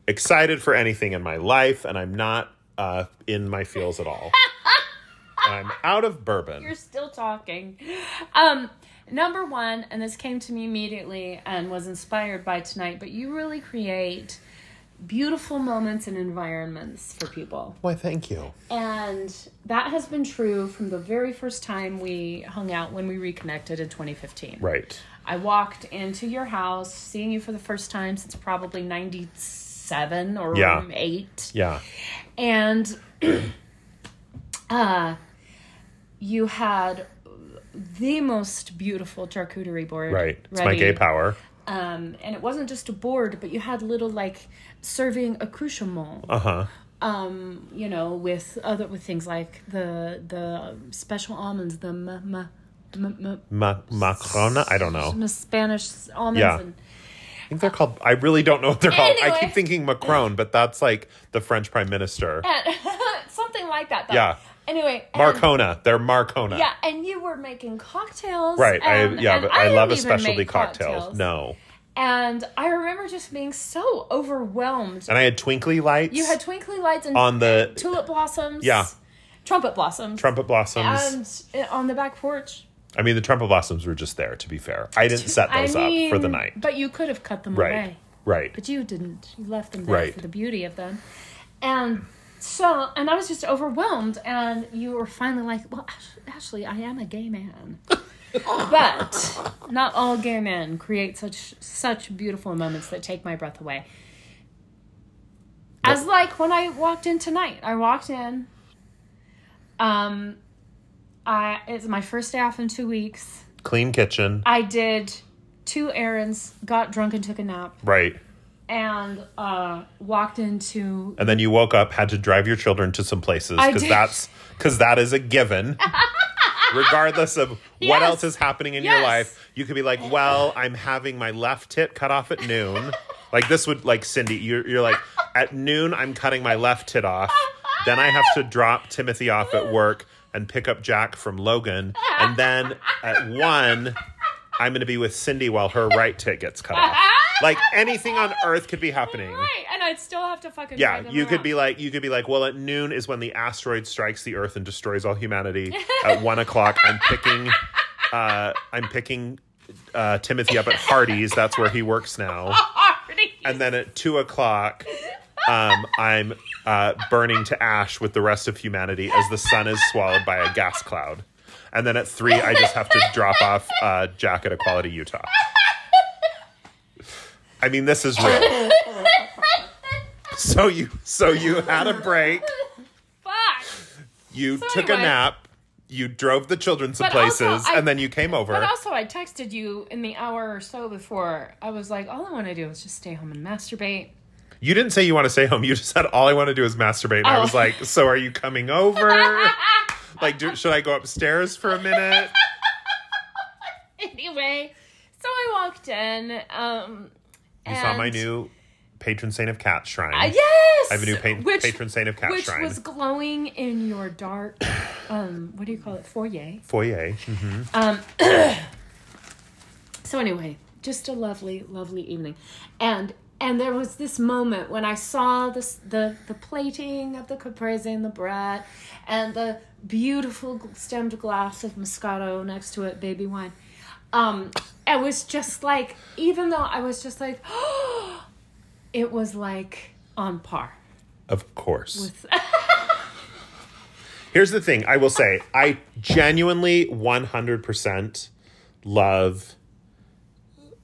Speaker 1: excited for anything in my life, and I'm not uh, in my feels at
Speaker 2: [laughs]
Speaker 1: all. I'm out of bourbon.
Speaker 2: You're still talking. Um, number one, and this came to me immediately and was inspired by tonight, but you really create beautiful moments and environments for people.
Speaker 1: Why, thank you.
Speaker 2: And that has been true from the very first time we hung out when we reconnected in 2015.
Speaker 1: Right.
Speaker 2: I walked into your house, seeing you for the first time since probably 97 or
Speaker 1: Yeah.
Speaker 2: 8.
Speaker 1: Yeah.
Speaker 2: And [clears throat] uh, you had the most beautiful charcuterie board.
Speaker 1: Right. It's my
Speaker 2: ready.
Speaker 1: gay power.
Speaker 2: Um, and it wasn't just a board, but you had little like serving accoutrements
Speaker 1: Uh huh.
Speaker 2: um, you know, with other with things like the the special almonds, the ma, ma, ma, ma,
Speaker 1: Ma- Macrona? I don't know.
Speaker 2: ma Spanish almonds.
Speaker 1: Yeah.
Speaker 2: And, [laughs]
Speaker 1: I think they're called. I really don't know what they're called. I
Speaker 2: Anyway.
Speaker 1: keep thinking Macron, but that's like the French prime minister.
Speaker 2: and something like that. Though.
Speaker 1: Yeah.
Speaker 2: Anyway, and-
Speaker 1: Marcona. They're Marcona.
Speaker 2: yeah, and you were making cocktails.
Speaker 1: Right.
Speaker 2: And,
Speaker 1: I, yeah,
Speaker 2: and
Speaker 1: but I, love a
Speaker 2: didn't even
Speaker 1: specialty
Speaker 2: make
Speaker 1: cocktail. No.
Speaker 2: And I remember just being so overwhelmed.
Speaker 1: And I had twinkly lights
Speaker 2: You had twinkly lights and
Speaker 1: on the
Speaker 2: tulip blossoms.
Speaker 1: Yeah.
Speaker 2: Trumpet blossoms.
Speaker 1: trumpet blossoms.
Speaker 2: and uh, on the back porch.
Speaker 1: I mean, the trumpet blossoms were just there. To be fair, I didn't set
Speaker 2: [laughs] I
Speaker 1: those up for the
Speaker 2: mean,
Speaker 1: night.
Speaker 2: But you could have cut them
Speaker 1: Right,
Speaker 2: away.
Speaker 1: right.
Speaker 2: But you didn't. You left them there
Speaker 1: Right.
Speaker 2: for the beauty of them. And so, and I was just overwhelmed. And you were finally like, well, Ash- Ashley, I am a gay man. but not all gay men create such such beautiful moments that take my breath away. As like when I walked in tonight, I walked in. Um, I it's my first day off in two weeks.
Speaker 1: Clean kitchen,
Speaker 2: I did two errands, got drunk and took a nap,
Speaker 1: right?
Speaker 2: and uh, walked into.
Speaker 1: And then you woke up, had to drive your children to some places
Speaker 2: I
Speaker 1: because
Speaker 2: did.
Speaker 1: that's because that is a
Speaker 2: [laughs]
Speaker 1: given. Regardless of what
Speaker 2: Yes.
Speaker 1: else is happening in your
Speaker 2: Yes.
Speaker 1: life, you could be like, "Well, I'm having my left tit cut off at noon."
Speaker 2: [laughs]
Speaker 1: like this would like Cindy, you're, you're like, "At noon, I'm cutting my left tit off. Then I have to drop Timothy off at work and pick up Jack from Logan, and then at one, I'm going to be with Cindy while her right tit gets cut off." Like anything on earth could be happening.
Speaker 2: Ah! Right, and I'd still have to fucking. drive
Speaker 1: Yeah,
Speaker 2: them
Speaker 1: you could
Speaker 2: around.
Speaker 1: be like, you could be like, well, at noon is when the asteroid strikes the Earth and destroys all humanity. at one o'clock, I'm picking, uh, I'm picking uh, Timothy up at Hardee's. That's where he works now.
Speaker 2: [laughs] Already. [laughs]
Speaker 1: And then at two o'clock, um, I'm uh, burning to ash with the rest of humanity as the sun is swallowed by a gas cloud. And then at three, I just have to drop off uh, Jack at Equality, Utah. I mean, this is real. So you, so you had a break.
Speaker 2: Fuck.
Speaker 1: You took
Speaker 2: anyway.
Speaker 1: a nap. You drove the children some
Speaker 2: But also,
Speaker 1: places,
Speaker 2: I-
Speaker 1: and then you came over.
Speaker 2: But also, I texted you in the hour or so before. I was like, all I want to do is just stay home and masturbate. [laughs]
Speaker 1: you didn't say you want to stay home. You just said all I want to do is masturbate. And I
Speaker 2: Oh. [laughs]
Speaker 1: was like, so are you coming over? like, do, should I go upstairs for a minute?
Speaker 2: anyway, so I walked in. Um,
Speaker 1: You saw my new patron saint of cat shrine.
Speaker 2: Uh, yes,
Speaker 1: I have a new pa- patron saint of cat
Speaker 2: which
Speaker 1: shrine.
Speaker 2: was glowing in your dark. Um, what do you call it? Foyer.
Speaker 1: Foyer. [laughs]
Speaker 2: So anyway, just a lovely, lovely evening, and and there was this moment when I saw this the the plating of the caprese and the brat, and the beautiful stemmed glass of Moscato next to it, baby wine. Um, I was just like, even though I was just like, [gasps] it was like on par.
Speaker 1: Of course. Here's the thing I will say I genuinely 100% love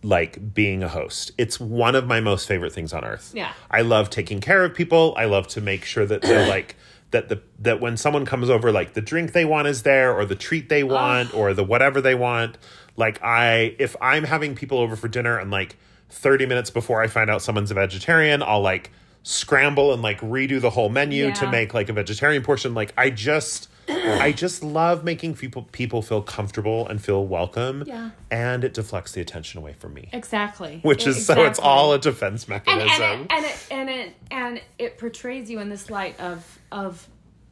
Speaker 1: like being a host. It's one of my most favorite things on earth.
Speaker 2: Yeah.
Speaker 1: I love taking care of people. I love to make sure that
Speaker 2: [coughs]
Speaker 1: they're like that the that when someone comes over like the drink they want is there or the treat they want or the whatever they want. Like I if I'm having people over for dinner and like 30 minutes before I find out someone's a vegetarian, I'll like scramble and like redo the whole menu to
Speaker 2: Yeah.
Speaker 1: make like a vegetarian portion. Like I just I just love making people people feel comfortable and feel welcome.
Speaker 2: Yeah.
Speaker 1: And it deflects the attention away from me
Speaker 2: Exactly.
Speaker 1: which is so it's
Speaker 2: Exactly.
Speaker 1: all a defense
Speaker 2: and,
Speaker 1: mechanism.
Speaker 2: and, it, and it and it and it portrays you in this light of of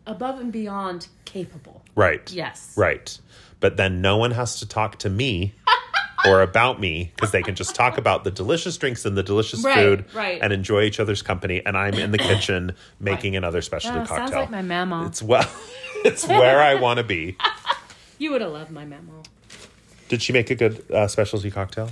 Speaker 2: above and beyond capable.
Speaker 1: right.
Speaker 2: Yes.
Speaker 1: Right. But then no one has to talk to
Speaker 2: [laughs]
Speaker 1: me or about me because they can just talk about the delicious drinks and the delicious
Speaker 2: Right,
Speaker 1: food
Speaker 2: right.
Speaker 1: and enjoy each other's company. And I'm in the
Speaker 2: [coughs]
Speaker 1: kitchen making another specialty
Speaker 2: Oh,
Speaker 1: cocktail.
Speaker 2: sounds like my memo.
Speaker 1: it's well, [laughs] it's where I want to be.
Speaker 2: You would have loved my memo.
Speaker 1: Did she make a good uh, specialty cocktail?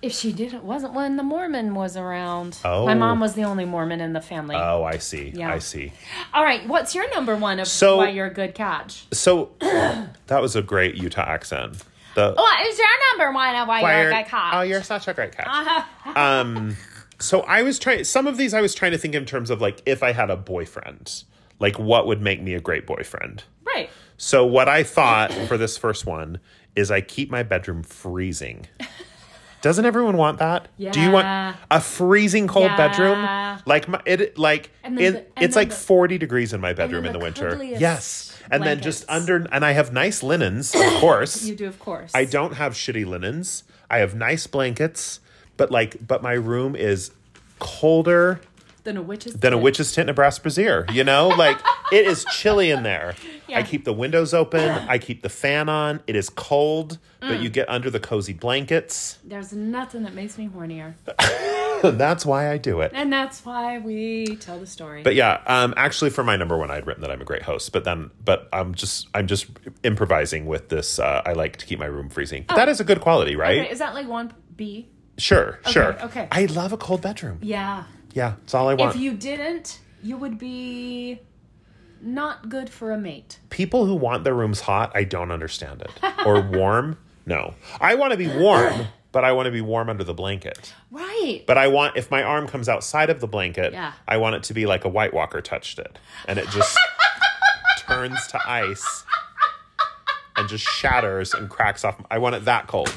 Speaker 2: If she didn't, wasn't when the Mormon was around.
Speaker 1: Oh.
Speaker 2: My mom was the only Mormon in the family.
Speaker 1: Oh, I see.
Speaker 2: Yeah.
Speaker 1: I see.
Speaker 2: All right, what's your number one of
Speaker 1: So-
Speaker 2: why you're a good catch?
Speaker 1: So [clears throat] that was a great Utah accent. The,
Speaker 2: What is your number one of why, Oh, you're a good catch?
Speaker 1: Oh, you're such a great catch.
Speaker 2: Uh-huh.
Speaker 1: um, so I was trying some of these. I was trying to think in terms of like if I had a boyfriend, like what would make me a great boyfriend.
Speaker 2: right.
Speaker 1: So what I thought for this first one is I keep my bedroom freezing. Doesn't everyone want that? Do you
Speaker 2: Yeah.
Speaker 1: want a freezing cold
Speaker 2: Yeah.
Speaker 1: bedroom? Like my, it like
Speaker 2: And then
Speaker 1: it,
Speaker 2: the- and
Speaker 1: it's
Speaker 2: then
Speaker 1: like
Speaker 2: the-
Speaker 1: 40 degrees in my bedroom
Speaker 2: then
Speaker 1: in the
Speaker 2: the
Speaker 1: winter.
Speaker 2: cuddliest
Speaker 1: Yes. And then just
Speaker 2: blankets.
Speaker 1: under and I have nice linens,
Speaker 2: [coughs]
Speaker 1: of course.
Speaker 2: You do, of course.
Speaker 1: I don't have shitty linens. I have nice blankets, but like, but my room is colder
Speaker 2: Then a witch's.
Speaker 1: than a witch's tent in a brass brassiere. You know,
Speaker 2: [laughs]
Speaker 1: like it is chilly in there. I
Speaker 2: Yeah.
Speaker 1: keep the windows open. I keep the fan on. It is cold, but
Speaker 2: Mm.
Speaker 1: you get under the cozy blankets. [laughs]
Speaker 2: There's nothing that makes me hornier,
Speaker 1: Uh. That's why I do it.
Speaker 2: and that's why we tell the story.
Speaker 1: But yeah, um, actually, for my number one, I'd written that I'm a great host. But then, but I'm just, I'm just improvising with this. Uh, I like to keep my room freezing. But that is a good quality, right?
Speaker 2: Oh. Okay, is that like one B?
Speaker 1: Sure, sure.
Speaker 2: okay.
Speaker 1: I love a cold bedroom.
Speaker 2: Yeah.
Speaker 1: Yeah, it's all I want.
Speaker 2: If you didn't, you would be not good for a mate.
Speaker 1: People who want their rooms hot, I don't understand it. Or warm, no. I want to be warm, but I want to be warm under the blanket.
Speaker 2: Right.
Speaker 1: But I want, if my arm comes outside of the blanket,
Speaker 2: Yeah.
Speaker 1: I want it to be like a White Walker touched it. And it just turns to ice and just shatters and cracks off. I want it that cold.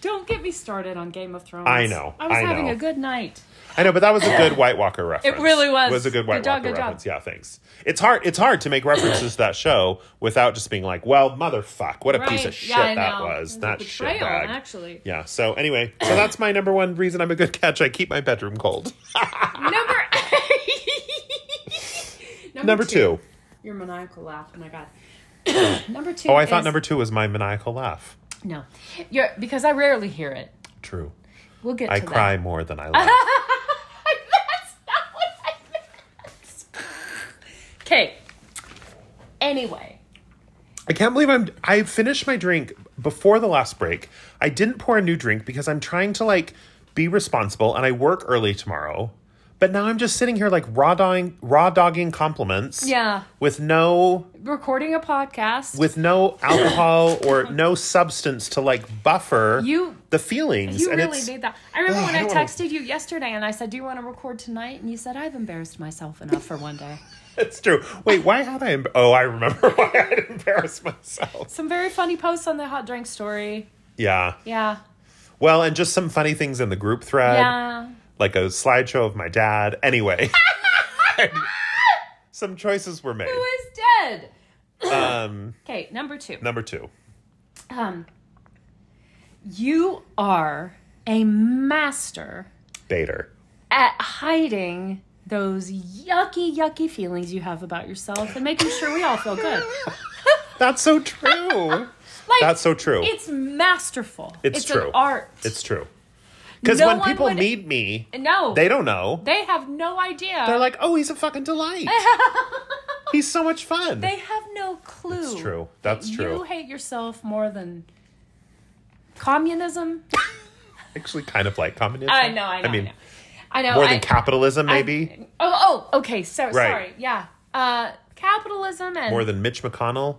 Speaker 2: Don't get me started on Game of Thrones.
Speaker 1: I know,
Speaker 2: I was
Speaker 1: I
Speaker 2: having
Speaker 1: know.
Speaker 2: a good night.
Speaker 1: I know, but that was a good White Walker reference.
Speaker 2: really was.
Speaker 1: was a good White
Speaker 2: Good job,
Speaker 1: Walker
Speaker 2: good job.
Speaker 1: reference. Yeah, thanks. It's hard. It's hard to make references to that show without just being like, "Well, motherfuck, what a piece of shit
Speaker 2: Yeah, I
Speaker 1: that
Speaker 2: know.
Speaker 1: was."
Speaker 2: It
Speaker 1: That
Speaker 2: a
Speaker 1: shit
Speaker 2: betrayal,
Speaker 1: bag.
Speaker 2: actually.
Speaker 1: Yeah. So anyway, so that's my number one reason I'm a good catch. I keep my bedroom cold. [laughs]
Speaker 2: Number [laughs] number,
Speaker 1: Number two.
Speaker 2: Your maniacal laugh. Oh my
Speaker 1: [coughs]
Speaker 2: god. number two.
Speaker 1: Oh, I thought
Speaker 2: is-
Speaker 1: number two was my maniacal laugh.
Speaker 2: No, You're, because I rarely hear it.
Speaker 1: True.
Speaker 2: We'll get.
Speaker 1: I
Speaker 2: to
Speaker 1: cry
Speaker 2: That.
Speaker 1: more than I laugh.
Speaker 2: [laughs] That's not what I meant. [laughs] Okay. Anyway,
Speaker 1: I can't believe I'm. I finished my drink before the last break. I didn't pour a new drink because I'm trying to like be responsible, and I work early tomorrow. But now I'm just sitting here like raw dogging, raw dogging compliments.
Speaker 2: Yeah.
Speaker 1: With no,
Speaker 2: recording a podcast.
Speaker 1: with no alcohol or
Speaker 2: [laughs]
Speaker 1: no substance to like buffer
Speaker 2: You-
Speaker 1: the feelings.
Speaker 2: you
Speaker 1: and
Speaker 2: really
Speaker 1: it's,
Speaker 2: need that. I remember
Speaker 1: Ugh,
Speaker 2: when
Speaker 1: I
Speaker 2: I,
Speaker 1: don't wanna-
Speaker 2: texted you yesterday and I said, "Do you want to record tonight?" And you said, "I've embarrassed myself enough for
Speaker 1: [laughs]
Speaker 2: one day."
Speaker 1: It's true. Wait, why had I? Em- oh, I remember [laughs] why I embarrassed myself.
Speaker 2: Some very funny posts on the hot drink story.
Speaker 1: Yeah.
Speaker 2: Yeah.
Speaker 1: Well, and just some funny things in the group thread.
Speaker 2: Yeah.
Speaker 1: like a slideshow of my dad. [laughs] Anyway, some choices were made.
Speaker 2: Who is dead?
Speaker 1: Um,
Speaker 2: [laughs] Okay, number two.
Speaker 1: number two.
Speaker 2: Um, You are a master
Speaker 1: Bader.
Speaker 2: at hiding those yucky, yucky feelings you have about yourself and making sure we all
Speaker 1: [laughs]
Speaker 2: feel good.
Speaker 1: That's so true.
Speaker 2: Like,
Speaker 1: [laughs] That's so true.
Speaker 2: It's masterful.
Speaker 1: It's true.
Speaker 2: An art.
Speaker 1: it's true. Because
Speaker 2: No
Speaker 1: when
Speaker 2: one
Speaker 1: people
Speaker 2: would-
Speaker 1: meet me,
Speaker 2: no.
Speaker 1: they don't know.
Speaker 2: They have no idea.
Speaker 1: They're like, oh, he's a fucking [laughs] delight. he's so much fun.
Speaker 2: they have no clue.
Speaker 1: It's true. That's
Speaker 2: You
Speaker 1: true.
Speaker 2: hate yourself more than communism.
Speaker 1: Actually, kind of like communism.
Speaker 2: I know. I
Speaker 1: I
Speaker 2: know.
Speaker 1: Oh, mean,
Speaker 2: I know.
Speaker 1: more
Speaker 2: I,
Speaker 1: than capitalism,
Speaker 2: I-
Speaker 1: maybe.
Speaker 2: oh, oh, okay. So sorry.
Speaker 1: Right.
Speaker 2: Yeah. Uh, capitalism and
Speaker 1: more than Mitch McConnell.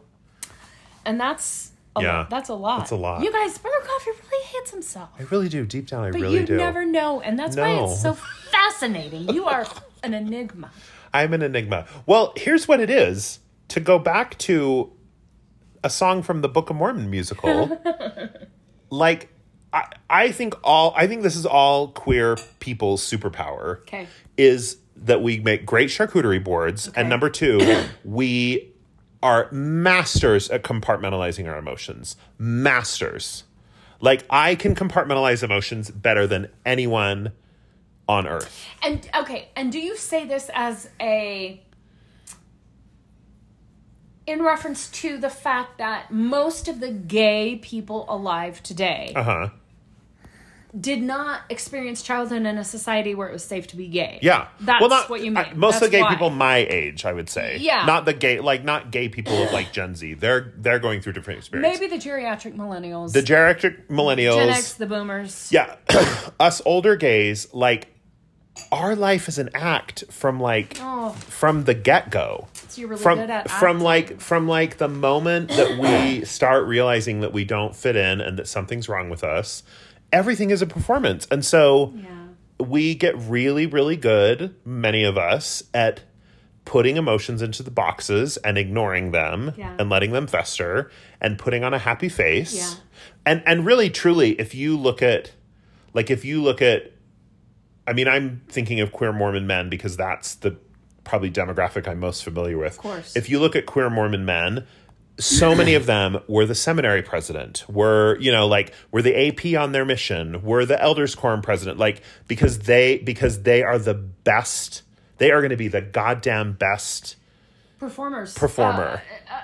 Speaker 2: and that's a
Speaker 1: Yeah.
Speaker 2: lot. That's a lot.
Speaker 1: That's a lot.
Speaker 2: You guys, Burkoff, he really hates himself.
Speaker 1: I really do. Deep down, I
Speaker 2: But
Speaker 1: really
Speaker 2: you
Speaker 1: do.
Speaker 2: never know, and that's why it's so
Speaker 1: No.
Speaker 2: fascinating. You are an enigma.
Speaker 1: I'm an enigma. Well, here's what it is to go back to a song from the Book of Mormon
Speaker 2: [laughs]
Speaker 1: musical. like, I, I think all, I think this is all queer people's superpower.
Speaker 2: Okay.
Speaker 1: Is that we make great charcuterie boards.
Speaker 2: Okay.
Speaker 1: And number
Speaker 2: [coughs]
Speaker 1: two, we are masters at compartmentalizing our emotions. Masters. Like, I can compartmentalize emotions better than anyone on earth.
Speaker 2: And okay, and do you say this as a in reference to the fact that most of the gay people alive today
Speaker 1: Uh huh.
Speaker 2: did not experience childhood in a society where it was safe to be gay?
Speaker 1: Yeah,
Speaker 2: That's
Speaker 1: not-
Speaker 2: what you
Speaker 1: I-
Speaker 2: mean.
Speaker 1: most of
Speaker 2: That's
Speaker 1: the gay
Speaker 2: why.
Speaker 1: people my age, I would say.
Speaker 2: Yeah.
Speaker 1: not the gay, like not gay people of like Gen Z. They're they're going through different experiences.
Speaker 2: Maybe the geriatric millennials,
Speaker 1: the geriatric
Speaker 2: Gen X,
Speaker 1: millennials,
Speaker 2: the boomers.
Speaker 1: yeah, [clears throat] us older gays, like our life is an act from like
Speaker 2: Oh.
Speaker 1: from the get go.
Speaker 2: So you're really
Speaker 1: From
Speaker 2: good at
Speaker 1: from
Speaker 2: acting.
Speaker 1: like from like the moment that we start realizing that we don't fit in and that something's wrong with us, everything is a performance, and so
Speaker 2: Yeah.
Speaker 1: we get really, really good, many of us, at putting emotions into the boxes and ignoring them
Speaker 2: Yeah.
Speaker 1: and letting them fester and putting on a happy face.
Speaker 2: Yeah.
Speaker 1: And and really truly, if you look at like if you look at I mean, I'm thinking of queer Mormon men because that's the probably demographic I'm most familiar with. Of
Speaker 2: course.
Speaker 1: If you look at queer Mormon men, so many of them were the seminary president, were, you know, like were the AP on their mission, were the elders quorum president, like because they because they are the best they are going to be the goddamn best
Speaker 2: Performers.
Speaker 1: performer.
Speaker 2: Uh,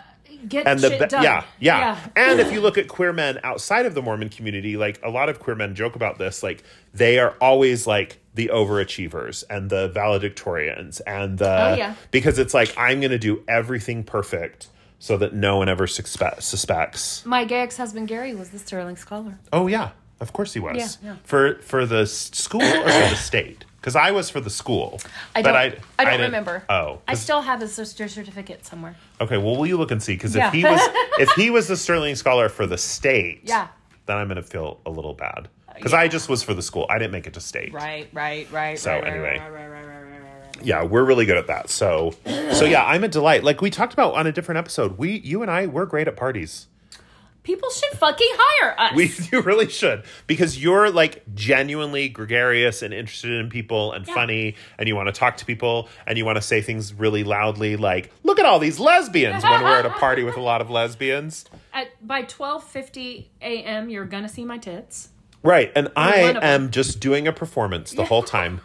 Speaker 2: get
Speaker 1: and the
Speaker 2: shit
Speaker 1: be-
Speaker 2: done.
Speaker 1: yeah, yeah, And if you look at queer men outside of the Mormon community, like a lot of queer men joke about this, like they are always like the overachievers and the valedictorians and the
Speaker 2: Oh, yeah.
Speaker 1: because it's like I'm going to do everything perfect so that no one ever suspe- suspects.
Speaker 2: My gay ex-husband Gary was the Sterling Scholar.
Speaker 1: Oh yeah, of course he was
Speaker 2: Yeah, yeah.
Speaker 1: for for the s- school or for [coughs] the state because I was for the school.
Speaker 2: I
Speaker 1: but
Speaker 2: don't. I, don't
Speaker 1: didn't-
Speaker 2: remember.
Speaker 1: Oh,
Speaker 2: I still have his sister certificate somewhere.
Speaker 1: Okay, well, will you look and see? Because
Speaker 2: Yeah.
Speaker 1: if he
Speaker 2: [laughs]
Speaker 1: was if he was the Sterling Scholar for the state,
Speaker 2: Yeah.
Speaker 1: then I'm gonna feel a little bad because I just was for the school. I didn't make it to state.
Speaker 2: Right, right, right.
Speaker 1: So,
Speaker 2: right, right,
Speaker 1: anyway.
Speaker 2: right, right, right, right, right, right, right.
Speaker 1: Yeah, we're really good at that. So, so yeah, I'm a delight. Like we talked about on a different episode, we you and I we're great at parties. [laughs]
Speaker 2: people should fucking hire us.
Speaker 1: We you really should because you're like genuinely gregarious and interested in people and
Speaker 2: Yeah.
Speaker 1: funny and you want to talk to people and you want to say things really loudly like look at all these lesbians when we're at a party with a lot of lesbians.
Speaker 2: At by twelve fifty a.m., you're gonna see my tits.
Speaker 1: Right. And I
Speaker 2: one of them.
Speaker 1: am just doing a performance the whole
Speaker 2: [laughs]
Speaker 1: time.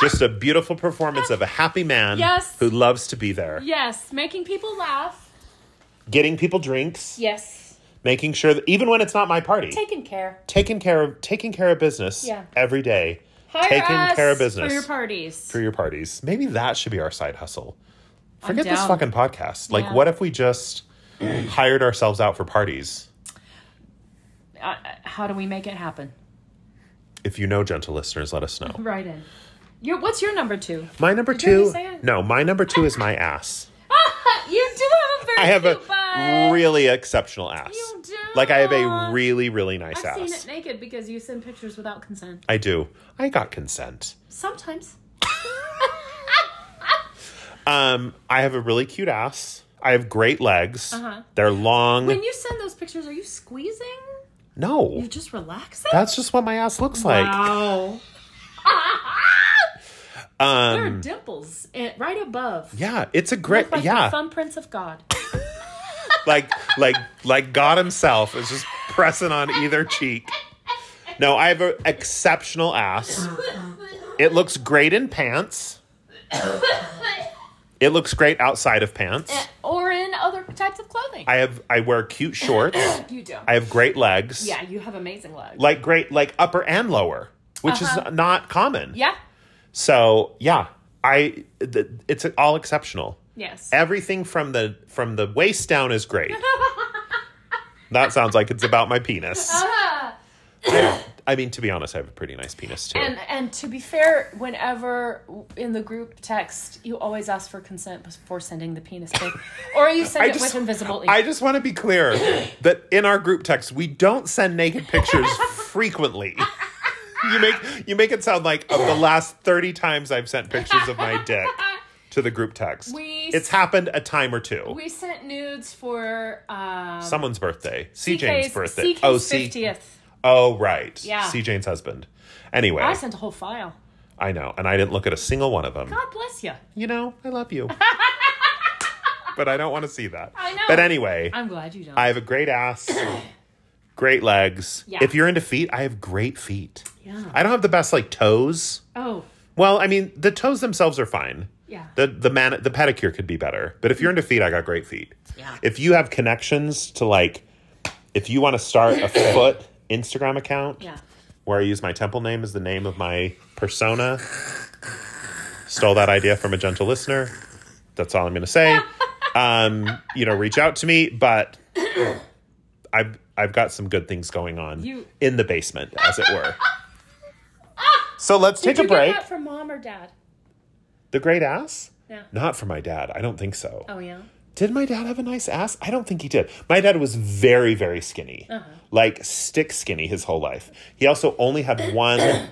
Speaker 1: just a beautiful performance of a happy man
Speaker 2: Yes.
Speaker 1: who loves to be there.
Speaker 2: Yes, making people laugh.
Speaker 1: Getting people drinks,
Speaker 2: Yes,
Speaker 1: making sure that even when it's not my party,
Speaker 2: taking care.
Speaker 1: taking care of taking care of business
Speaker 2: Yeah.
Speaker 1: every day.
Speaker 2: Hire
Speaker 1: taking
Speaker 2: us
Speaker 1: care of business
Speaker 2: for your parties.
Speaker 1: for your parties. Maybe that should be our side hustle.
Speaker 2: I'm
Speaker 1: Forget this
Speaker 2: down.
Speaker 1: fucking podcast. Like
Speaker 2: Yeah.
Speaker 1: what if we just hired ourselves out for parties?
Speaker 2: Uh, uh, how do we make it happen?
Speaker 1: If you know gentle listeners, let us know.
Speaker 2: Right in. Your what's your number [laughs] two?
Speaker 1: My number
Speaker 2: you already
Speaker 1: 2
Speaker 2: say it?
Speaker 1: No, my number 2 is my ass.
Speaker 2: you do have a very
Speaker 1: I have
Speaker 2: cute
Speaker 1: a
Speaker 2: butt.
Speaker 1: really exceptional ass.
Speaker 2: You do.
Speaker 1: Like I have a really really nice
Speaker 2: I've
Speaker 1: ass.
Speaker 2: seen it naked because you send pictures without consent.
Speaker 1: I do. I got consent.
Speaker 2: [laughs] Sometimes.
Speaker 1: Um, I have a really cute ass. I have great legs.
Speaker 2: Uh-huh.
Speaker 1: They're long.
Speaker 2: When you send those pictures, are you squeezing?
Speaker 1: no,
Speaker 2: You're just relaxing?
Speaker 1: that's just what my ass looks like.
Speaker 2: wow. there are
Speaker 1: Um,
Speaker 2: dimples in, right above.
Speaker 1: yeah, it's a great.
Speaker 2: Look like
Speaker 1: yeah,
Speaker 2: The thumbprints of [laughs] God.
Speaker 1: like like like God Himself is just pressing on either cheek. No, I have an exceptional ass. It looks great in pants. It looks great outside of pants.
Speaker 2: or in other types of clothing.
Speaker 1: I have I wear cute shorts.
Speaker 2: you do.
Speaker 1: I have great legs.
Speaker 2: yeah, you have amazing legs.
Speaker 1: Like great like upper and lower, which
Speaker 2: Uh-huh.
Speaker 1: is not common.
Speaker 2: yeah.
Speaker 1: So, yeah. I th- it's all exceptional.
Speaker 2: Yes. Everything.
Speaker 1: Everything from the from the waist down is
Speaker 2: [laughs]
Speaker 1: great. that sounds like it's about my penis.
Speaker 2: Uh-huh.
Speaker 1: I mean, to be honest, I have a pretty nice penis too.
Speaker 2: And and to be fair, whenever in the group text, you always ask for consent before sending the penis
Speaker 1: [laughs]
Speaker 2: pic, or you send
Speaker 1: I
Speaker 2: it
Speaker 1: just-
Speaker 2: with invisible ink.
Speaker 1: I just want to be
Speaker 2: [laughs]
Speaker 1: clear that in our group text, we don't send naked
Speaker 2: [laughs]
Speaker 1: pictures frequently. You make you make it sound like of the last thirty times I've sent pictures of my dick to the group text.
Speaker 2: We-
Speaker 1: it's happened a time or two.
Speaker 2: we sent nudes for um,
Speaker 1: Someone's birthday, C Jane's birthday.
Speaker 2: CK's
Speaker 1: oh, C.
Speaker 2: 50th.
Speaker 1: Oh, right.
Speaker 2: Yeah.
Speaker 1: C Jane's husband. Anyway,
Speaker 2: I sent a whole file.
Speaker 1: I know, and I didn't look at a single one of them.
Speaker 2: God bless you.
Speaker 1: You know, I love
Speaker 2: [laughs]
Speaker 1: you, but I don't want to see that.
Speaker 2: I know.
Speaker 1: But anyway,
Speaker 2: I'm glad you don't.
Speaker 1: I have a great ass,
Speaker 2: [coughs]
Speaker 1: great legs.
Speaker 2: Yeah.
Speaker 1: If you're into feet, I have great feet.
Speaker 2: Yeah.
Speaker 1: I don't have the best like toes.
Speaker 2: oh,
Speaker 1: Well, I mean, the toes themselves are fine.
Speaker 2: yeah.
Speaker 1: The the man the pedicure could be better. But if you're into feet, I got great feet.
Speaker 2: Yeah.
Speaker 1: If you have connections to like if you want to start a [coughs] foot Instagram account
Speaker 2: yeah.
Speaker 1: where I use my temple name as the name of my persona. Stole that idea from a gentle listener. That's all I'm going to
Speaker 2: [laughs]
Speaker 1: say. Um, you know, reach out to me, but I've I've got some good things going on
Speaker 2: You-
Speaker 1: in the basement, as it
Speaker 2: [laughs]
Speaker 1: were. So let's take
Speaker 2: Did you
Speaker 1: a break.
Speaker 2: Get that from mom or dad?
Speaker 1: The great ass?
Speaker 2: Yeah.
Speaker 1: Not for my dad. I don't think so.
Speaker 2: Oh yeah.
Speaker 1: Did my dad have a nice ass? I don't think he did. My dad was very, very skinny,
Speaker 2: Uh-huh.
Speaker 1: like stick skinny his whole life. He also only had
Speaker 2: [coughs]
Speaker 1: one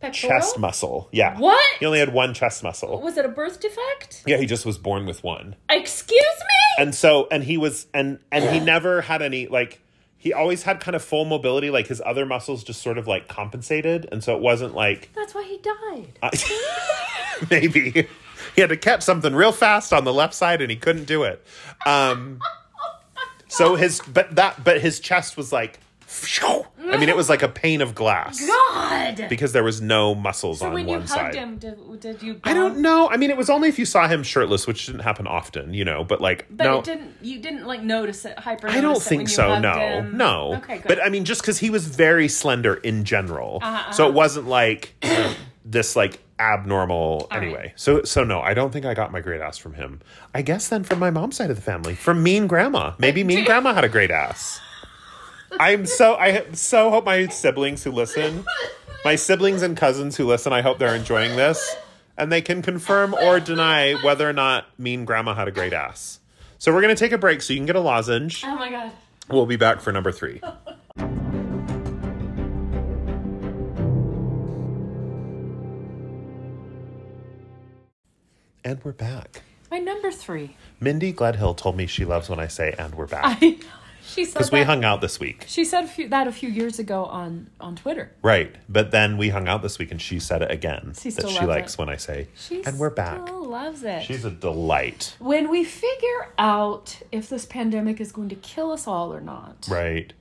Speaker 2: Pectoral?
Speaker 1: chest muscle. Yeah.
Speaker 2: What?
Speaker 1: He only had one chest muscle.
Speaker 2: Was it a birth defect?
Speaker 1: Yeah, he just was born with one.
Speaker 2: Excuse me.
Speaker 1: And so and he was and and he never had any like he always had kind of full mobility like his other muscles just sort of like compensated and so it wasn't like
Speaker 2: That's why he died.
Speaker 1: I- [laughs] maybe he had to catch something real fast on the left side and he couldn't do it. Um
Speaker 2: Oh,
Speaker 1: so his but that but his chest was like I mean it was like a pane of glass
Speaker 2: God.
Speaker 1: because there was no muscles
Speaker 2: So
Speaker 1: on
Speaker 2: when you
Speaker 1: one
Speaker 2: hugged
Speaker 1: side.
Speaker 2: him, did, did you?
Speaker 1: I don't know. I mean, it was only if you saw him shirtless, which didn't happen often, you know. But like,
Speaker 2: But
Speaker 1: no,
Speaker 2: it didn't. You didn't like notice it. Hyper.
Speaker 1: I don't
Speaker 2: notice it when
Speaker 1: think
Speaker 2: you
Speaker 1: so.
Speaker 2: hugged
Speaker 1: No,
Speaker 2: him?
Speaker 1: no.
Speaker 2: Okay. Good.
Speaker 1: But I mean, just because he was very slender in general,
Speaker 2: Uh-huh,
Speaker 1: so it wasn't like [clears throat] this like abnormal.
Speaker 2: right.
Speaker 1: anyway, so so no, I don't think I got my great ass from him. I guess then from my mom's side of the family, from Mean Grandma. Maybe
Speaker 2: [laughs]
Speaker 1: Mean Grandma had a great ass. I'm so I so hope my siblings who listen, my siblings and cousins who listen, I hope they're enjoying this, and they can confirm or deny whether or not Mean Grandma had a great ass. So we're gonna take a break so you can get a lozenge.
Speaker 2: oh my God.
Speaker 1: We'll be back for number three. [laughs] and we're back.
Speaker 2: My number three.
Speaker 1: Mindy Gledhill told me she loves when I say "and we're back"
Speaker 2: I. [laughs] She said
Speaker 1: because we
Speaker 2: that-
Speaker 1: hung out this week,
Speaker 2: She said a few, that a few years ago on on Twitter.
Speaker 1: right? But then we hung out this week, and she said it again
Speaker 2: She
Speaker 1: that
Speaker 2: still
Speaker 1: she
Speaker 2: loves
Speaker 1: likes
Speaker 2: it.
Speaker 1: when I say
Speaker 2: She
Speaker 1: "and we're back."
Speaker 2: Still loves it.
Speaker 1: She's a delight,
Speaker 2: when we figure out if this pandemic is going to kill us all or not,
Speaker 1: right?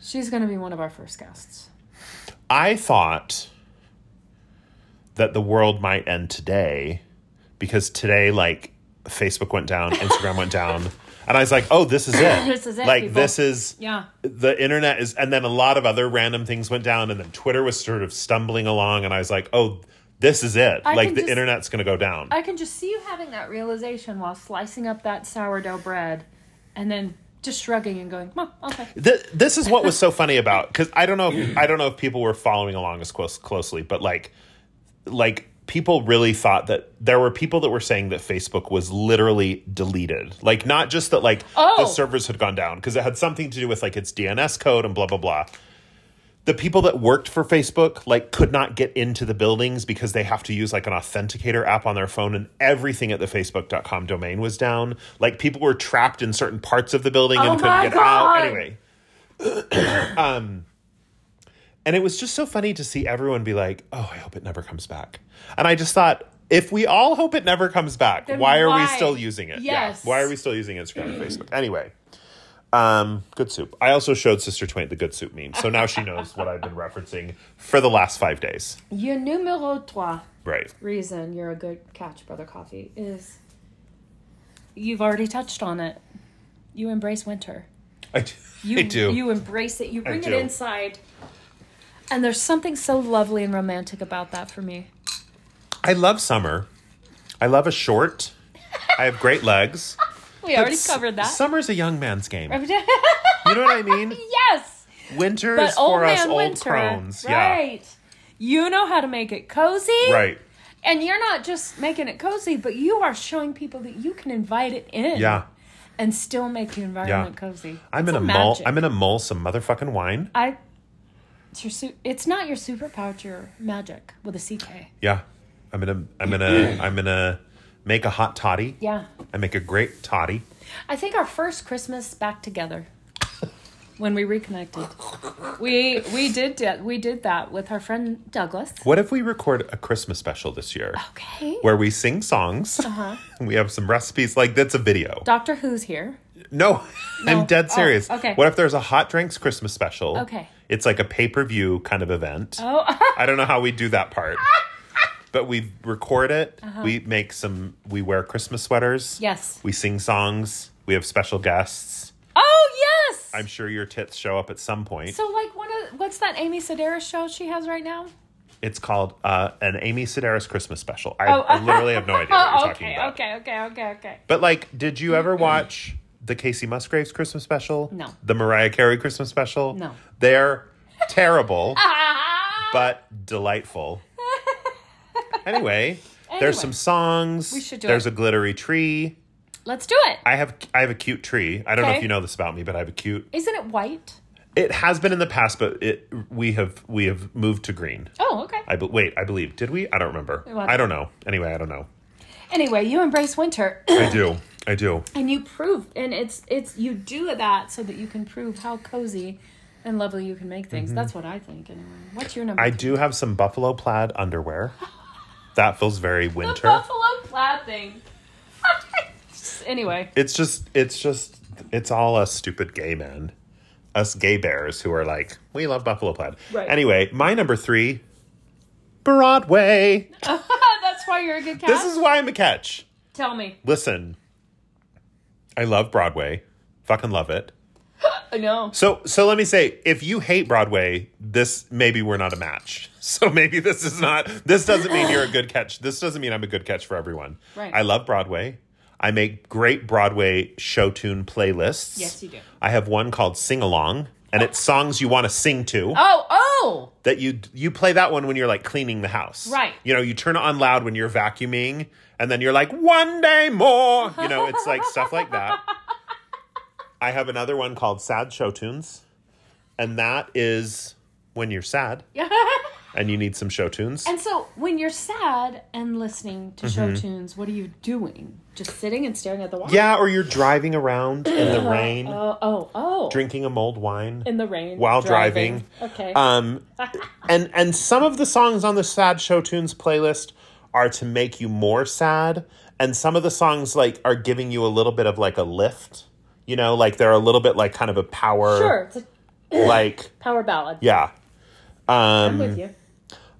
Speaker 2: she's going to be one of our first guests.
Speaker 1: I thought that the world might end today because today, like, Facebook went
Speaker 2: [laughs]
Speaker 1: down, Instagram went down. And I was like, oh, this is it.
Speaker 2: This is it,
Speaker 1: Like,
Speaker 2: people.
Speaker 1: this is
Speaker 2: Yeah.
Speaker 1: the internet is, and then a lot of other random things went down. And then Twitter was sort of stumbling along. And I was like, oh, this is it.
Speaker 2: I
Speaker 1: like,
Speaker 2: can
Speaker 1: the
Speaker 2: just-
Speaker 1: internet's going to go down.
Speaker 2: I can just see you having that realization while slicing up that sourdough bread and then just shrugging and going, "Mom, okay.
Speaker 1: Th- this is what was
Speaker 2: [laughs]
Speaker 1: so funny about because I don't know if, I don't know if people were following along as close closely, but like like people really thought that there were people that were saying that Facebook was literally deleted, like not just that like the
Speaker 2: Oh.
Speaker 1: servers had gone down because it had something to do with like its DNS code and blah blah blah. The people that worked for Facebook like could not get into the buildings because they have to use like an authenticator app on their phone and everything at the facebook.com domain was down. Like people were trapped in certain parts of the building and
Speaker 2: Oh
Speaker 1: couldn't
Speaker 2: my
Speaker 1: get out
Speaker 2: God.
Speaker 1: anyway. And it was just so funny to see everyone be like, oh, I hope it never comes back. And I just thought, if we all hope it never comes back,
Speaker 2: Then
Speaker 1: why are we
Speaker 2: why?
Speaker 1: still using it?
Speaker 2: Yes.
Speaker 1: Why are we still using Instagram and Facebook? Anyway, Um, good soup. I also showed Sister Twain the good soup meme, so now
Speaker 2: [laughs]
Speaker 1: she knows what I've been referencing for the last five days.
Speaker 2: Your numero trois
Speaker 1: Right.
Speaker 2: reason you're a good catch, Brother Coffee, is you've already touched on it. You embrace winter.
Speaker 1: I do.
Speaker 2: You,
Speaker 1: I do.
Speaker 2: You embrace it. You bring it
Speaker 1: do.
Speaker 2: inside. And there's something so lovely and romantic about that for me.
Speaker 1: I love summer. I love a short. I have great
Speaker 2: [laughs]
Speaker 1: legs.
Speaker 2: We already
Speaker 1: S-
Speaker 2: covered that.
Speaker 1: [laughs] Summer's a young man's game. You know what I mean?
Speaker 2: [laughs] yes,
Speaker 1: Winter
Speaker 2: but
Speaker 1: is
Speaker 2: old
Speaker 1: for
Speaker 2: man
Speaker 1: us old
Speaker 2: winter,
Speaker 1: crones.
Speaker 2: right? You know how to make it cozy,
Speaker 1: Yeah. Right.
Speaker 2: And you're not just making it cozy, but you are showing people that you can invite it in,
Speaker 1: Yeah.
Speaker 2: and still make the environment cozy.
Speaker 1: I'm
Speaker 2: It's
Speaker 1: in a mull.
Speaker 2: magic.
Speaker 1: I'm in a mull some motherfucking wine.
Speaker 2: I. It's your su- It's not your superpower. It's your magic with a CK.
Speaker 1: Yeah. I'm gonna. I'm gonna. I'm gonna make a hot toddy.
Speaker 2: Yeah.
Speaker 1: I make a great toddy.
Speaker 2: I think our first Christmas back together when we reconnected. We we did that. We did that with our friend Douglas.
Speaker 1: What if we record a Christmas special this
Speaker 2: [sighs]
Speaker 1: year
Speaker 2: Okay.
Speaker 1: where we sing songs?
Speaker 2: Uh-huh.
Speaker 1: [laughs] and we have some recipes. Like that's a video.
Speaker 2: Doctor Who's here.
Speaker 1: No,
Speaker 2: No.
Speaker 1: I'm dead
Speaker 2: Oh,
Speaker 1: serious.
Speaker 2: okay.
Speaker 1: What if there's a hot drinks Christmas special?
Speaker 2: Okay.
Speaker 1: It's like a pay per view kind of event.
Speaker 2: Oh, [laughs]
Speaker 1: I don't know how we do that part. But we record it. We make some. We wear Christmas sweaters.
Speaker 2: Uh-huh. yes.
Speaker 1: We sing songs. We have special guests.
Speaker 2: Oh, yes.
Speaker 1: I'm sure your tits show up at some point.
Speaker 2: so like one of what's that Amy Sedaris show she has right now?
Speaker 1: it's called uh, an Amy Sedaris Christmas special. I,
Speaker 2: Oh.
Speaker 1: I literally
Speaker 2: [laughs]
Speaker 1: have no idea what
Speaker 2: Oh,
Speaker 1: you're talking
Speaker 2: okay,
Speaker 1: about.
Speaker 2: okay, okay, okay, okay. [laughs]
Speaker 1: But like, did you ever watch the Casey Musgraves Christmas special?
Speaker 2: No.
Speaker 1: The Mariah Carey Christmas special?
Speaker 2: No. [laughs]
Speaker 1: They're terrible
Speaker 2: Ah,
Speaker 1: but delightful.
Speaker 2: [laughs]
Speaker 1: Anyway,
Speaker 2: Anyway.
Speaker 1: there's some songs.
Speaker 2: We should do
Speaker 1: there's
Speaker 2: it.
Speaker 1: a glittery tree.
Speaker 2: let's do it.
Speaker 1: I have I have a cute tree. I don't know
Speaker 2: Okay.
Speaker 1: if you know this about me, but I have a cute.
Speaker 2: Isn't it white?
Speaker 1: It has been in the past, but it we have we have moved to green.
Speaker 2: Oh, okay.
Speaker 1: I be, wait, I believe. Did we? I don't remember.
Speaker 2: Well-
Speaker 1: I don't know. Anyway, I don't know.
Speaker 2: Anyway, you embrace winter. [clears throat]
Speaker 1: I do. I do.
Speaker 2: and you prove and it's it's you do that so that you can prove how cozy and lovely you can make things that's what i think anyway what's your number
Speaker 1: Mm-hmm. I
Speaker 2: two?
Speaker 1: do have some buffalo plaid underwear. That feels very
Speaker 2: the
Speaker 1: winter.
Speaker 2: buffalo plaid thing [laughs] anyway [laughs]
Speaker 1: It's just, it's just, it's all us stupid gay men, us gay bears who are like, we love buffalo plaid.
Speaker 2: Right.
Speaker 1: Anyway, my number three, Broadway.
Speaker 2: that's why you're a good cat
Speaker 1: This is why I'm a catch.
Speaker 2: tell me
Speaker 1: Listen, I love Broadway. Fucking love it.
Speaker 2: i know
Speaker 1: So, so let me say, if you hate Broadway, this maybe we're not a match. [laughs] So maybe this is not. This doesn't mean you're a good catch. This doesn't mean I'm a good catch for everyone.
Speaker 2: Right.
Speaker 1: I love Broadway. I make great Broadway show tune playlists.
Speaker 2: Yes, you do.
Speaker 1: I have one called Sing Along, and it's songs you want to sing to.
Speaker 2: oh [laughs] oh
Speaker 1: That you you play that one when you're like cleaning the house.
Speaker 2: Right.
Speaker 1: You know, you turn it on loud when you're vacuuming, and then you're like, one day more. You know, it's like stuff like that. I have another one called Sad Show Tunes, and that is when you're sad and you need some show tunes.
Speaker 2: and so when you're sad and listening to show tunes what are you doing just sitting and staring at the wall
Speaker 1: Mm-hmm. yeah, or you're driving around in the rain,
Speaker 2: oh oh oh
Speaker 1: drinking a mulled wine.
Speaker 2: in the rain
Speaker 1: While
Speaker 2: okay
Speaker 1: Um, and and some of the songs on the sad show tunes playlist are to make you more sad, and some of the songs like are giving you a little bit of like a lift. You know, like they're a little bit like kind of a power,
Speaker 2: [laughs] sure it's
Speaker 1: [clears throat]
Speaker 2: a
Speaker 1: like
Speaker 2: power ballad
Speaker 1: yeah. Um, Mm-hmm.
Speaker 2: i'm with you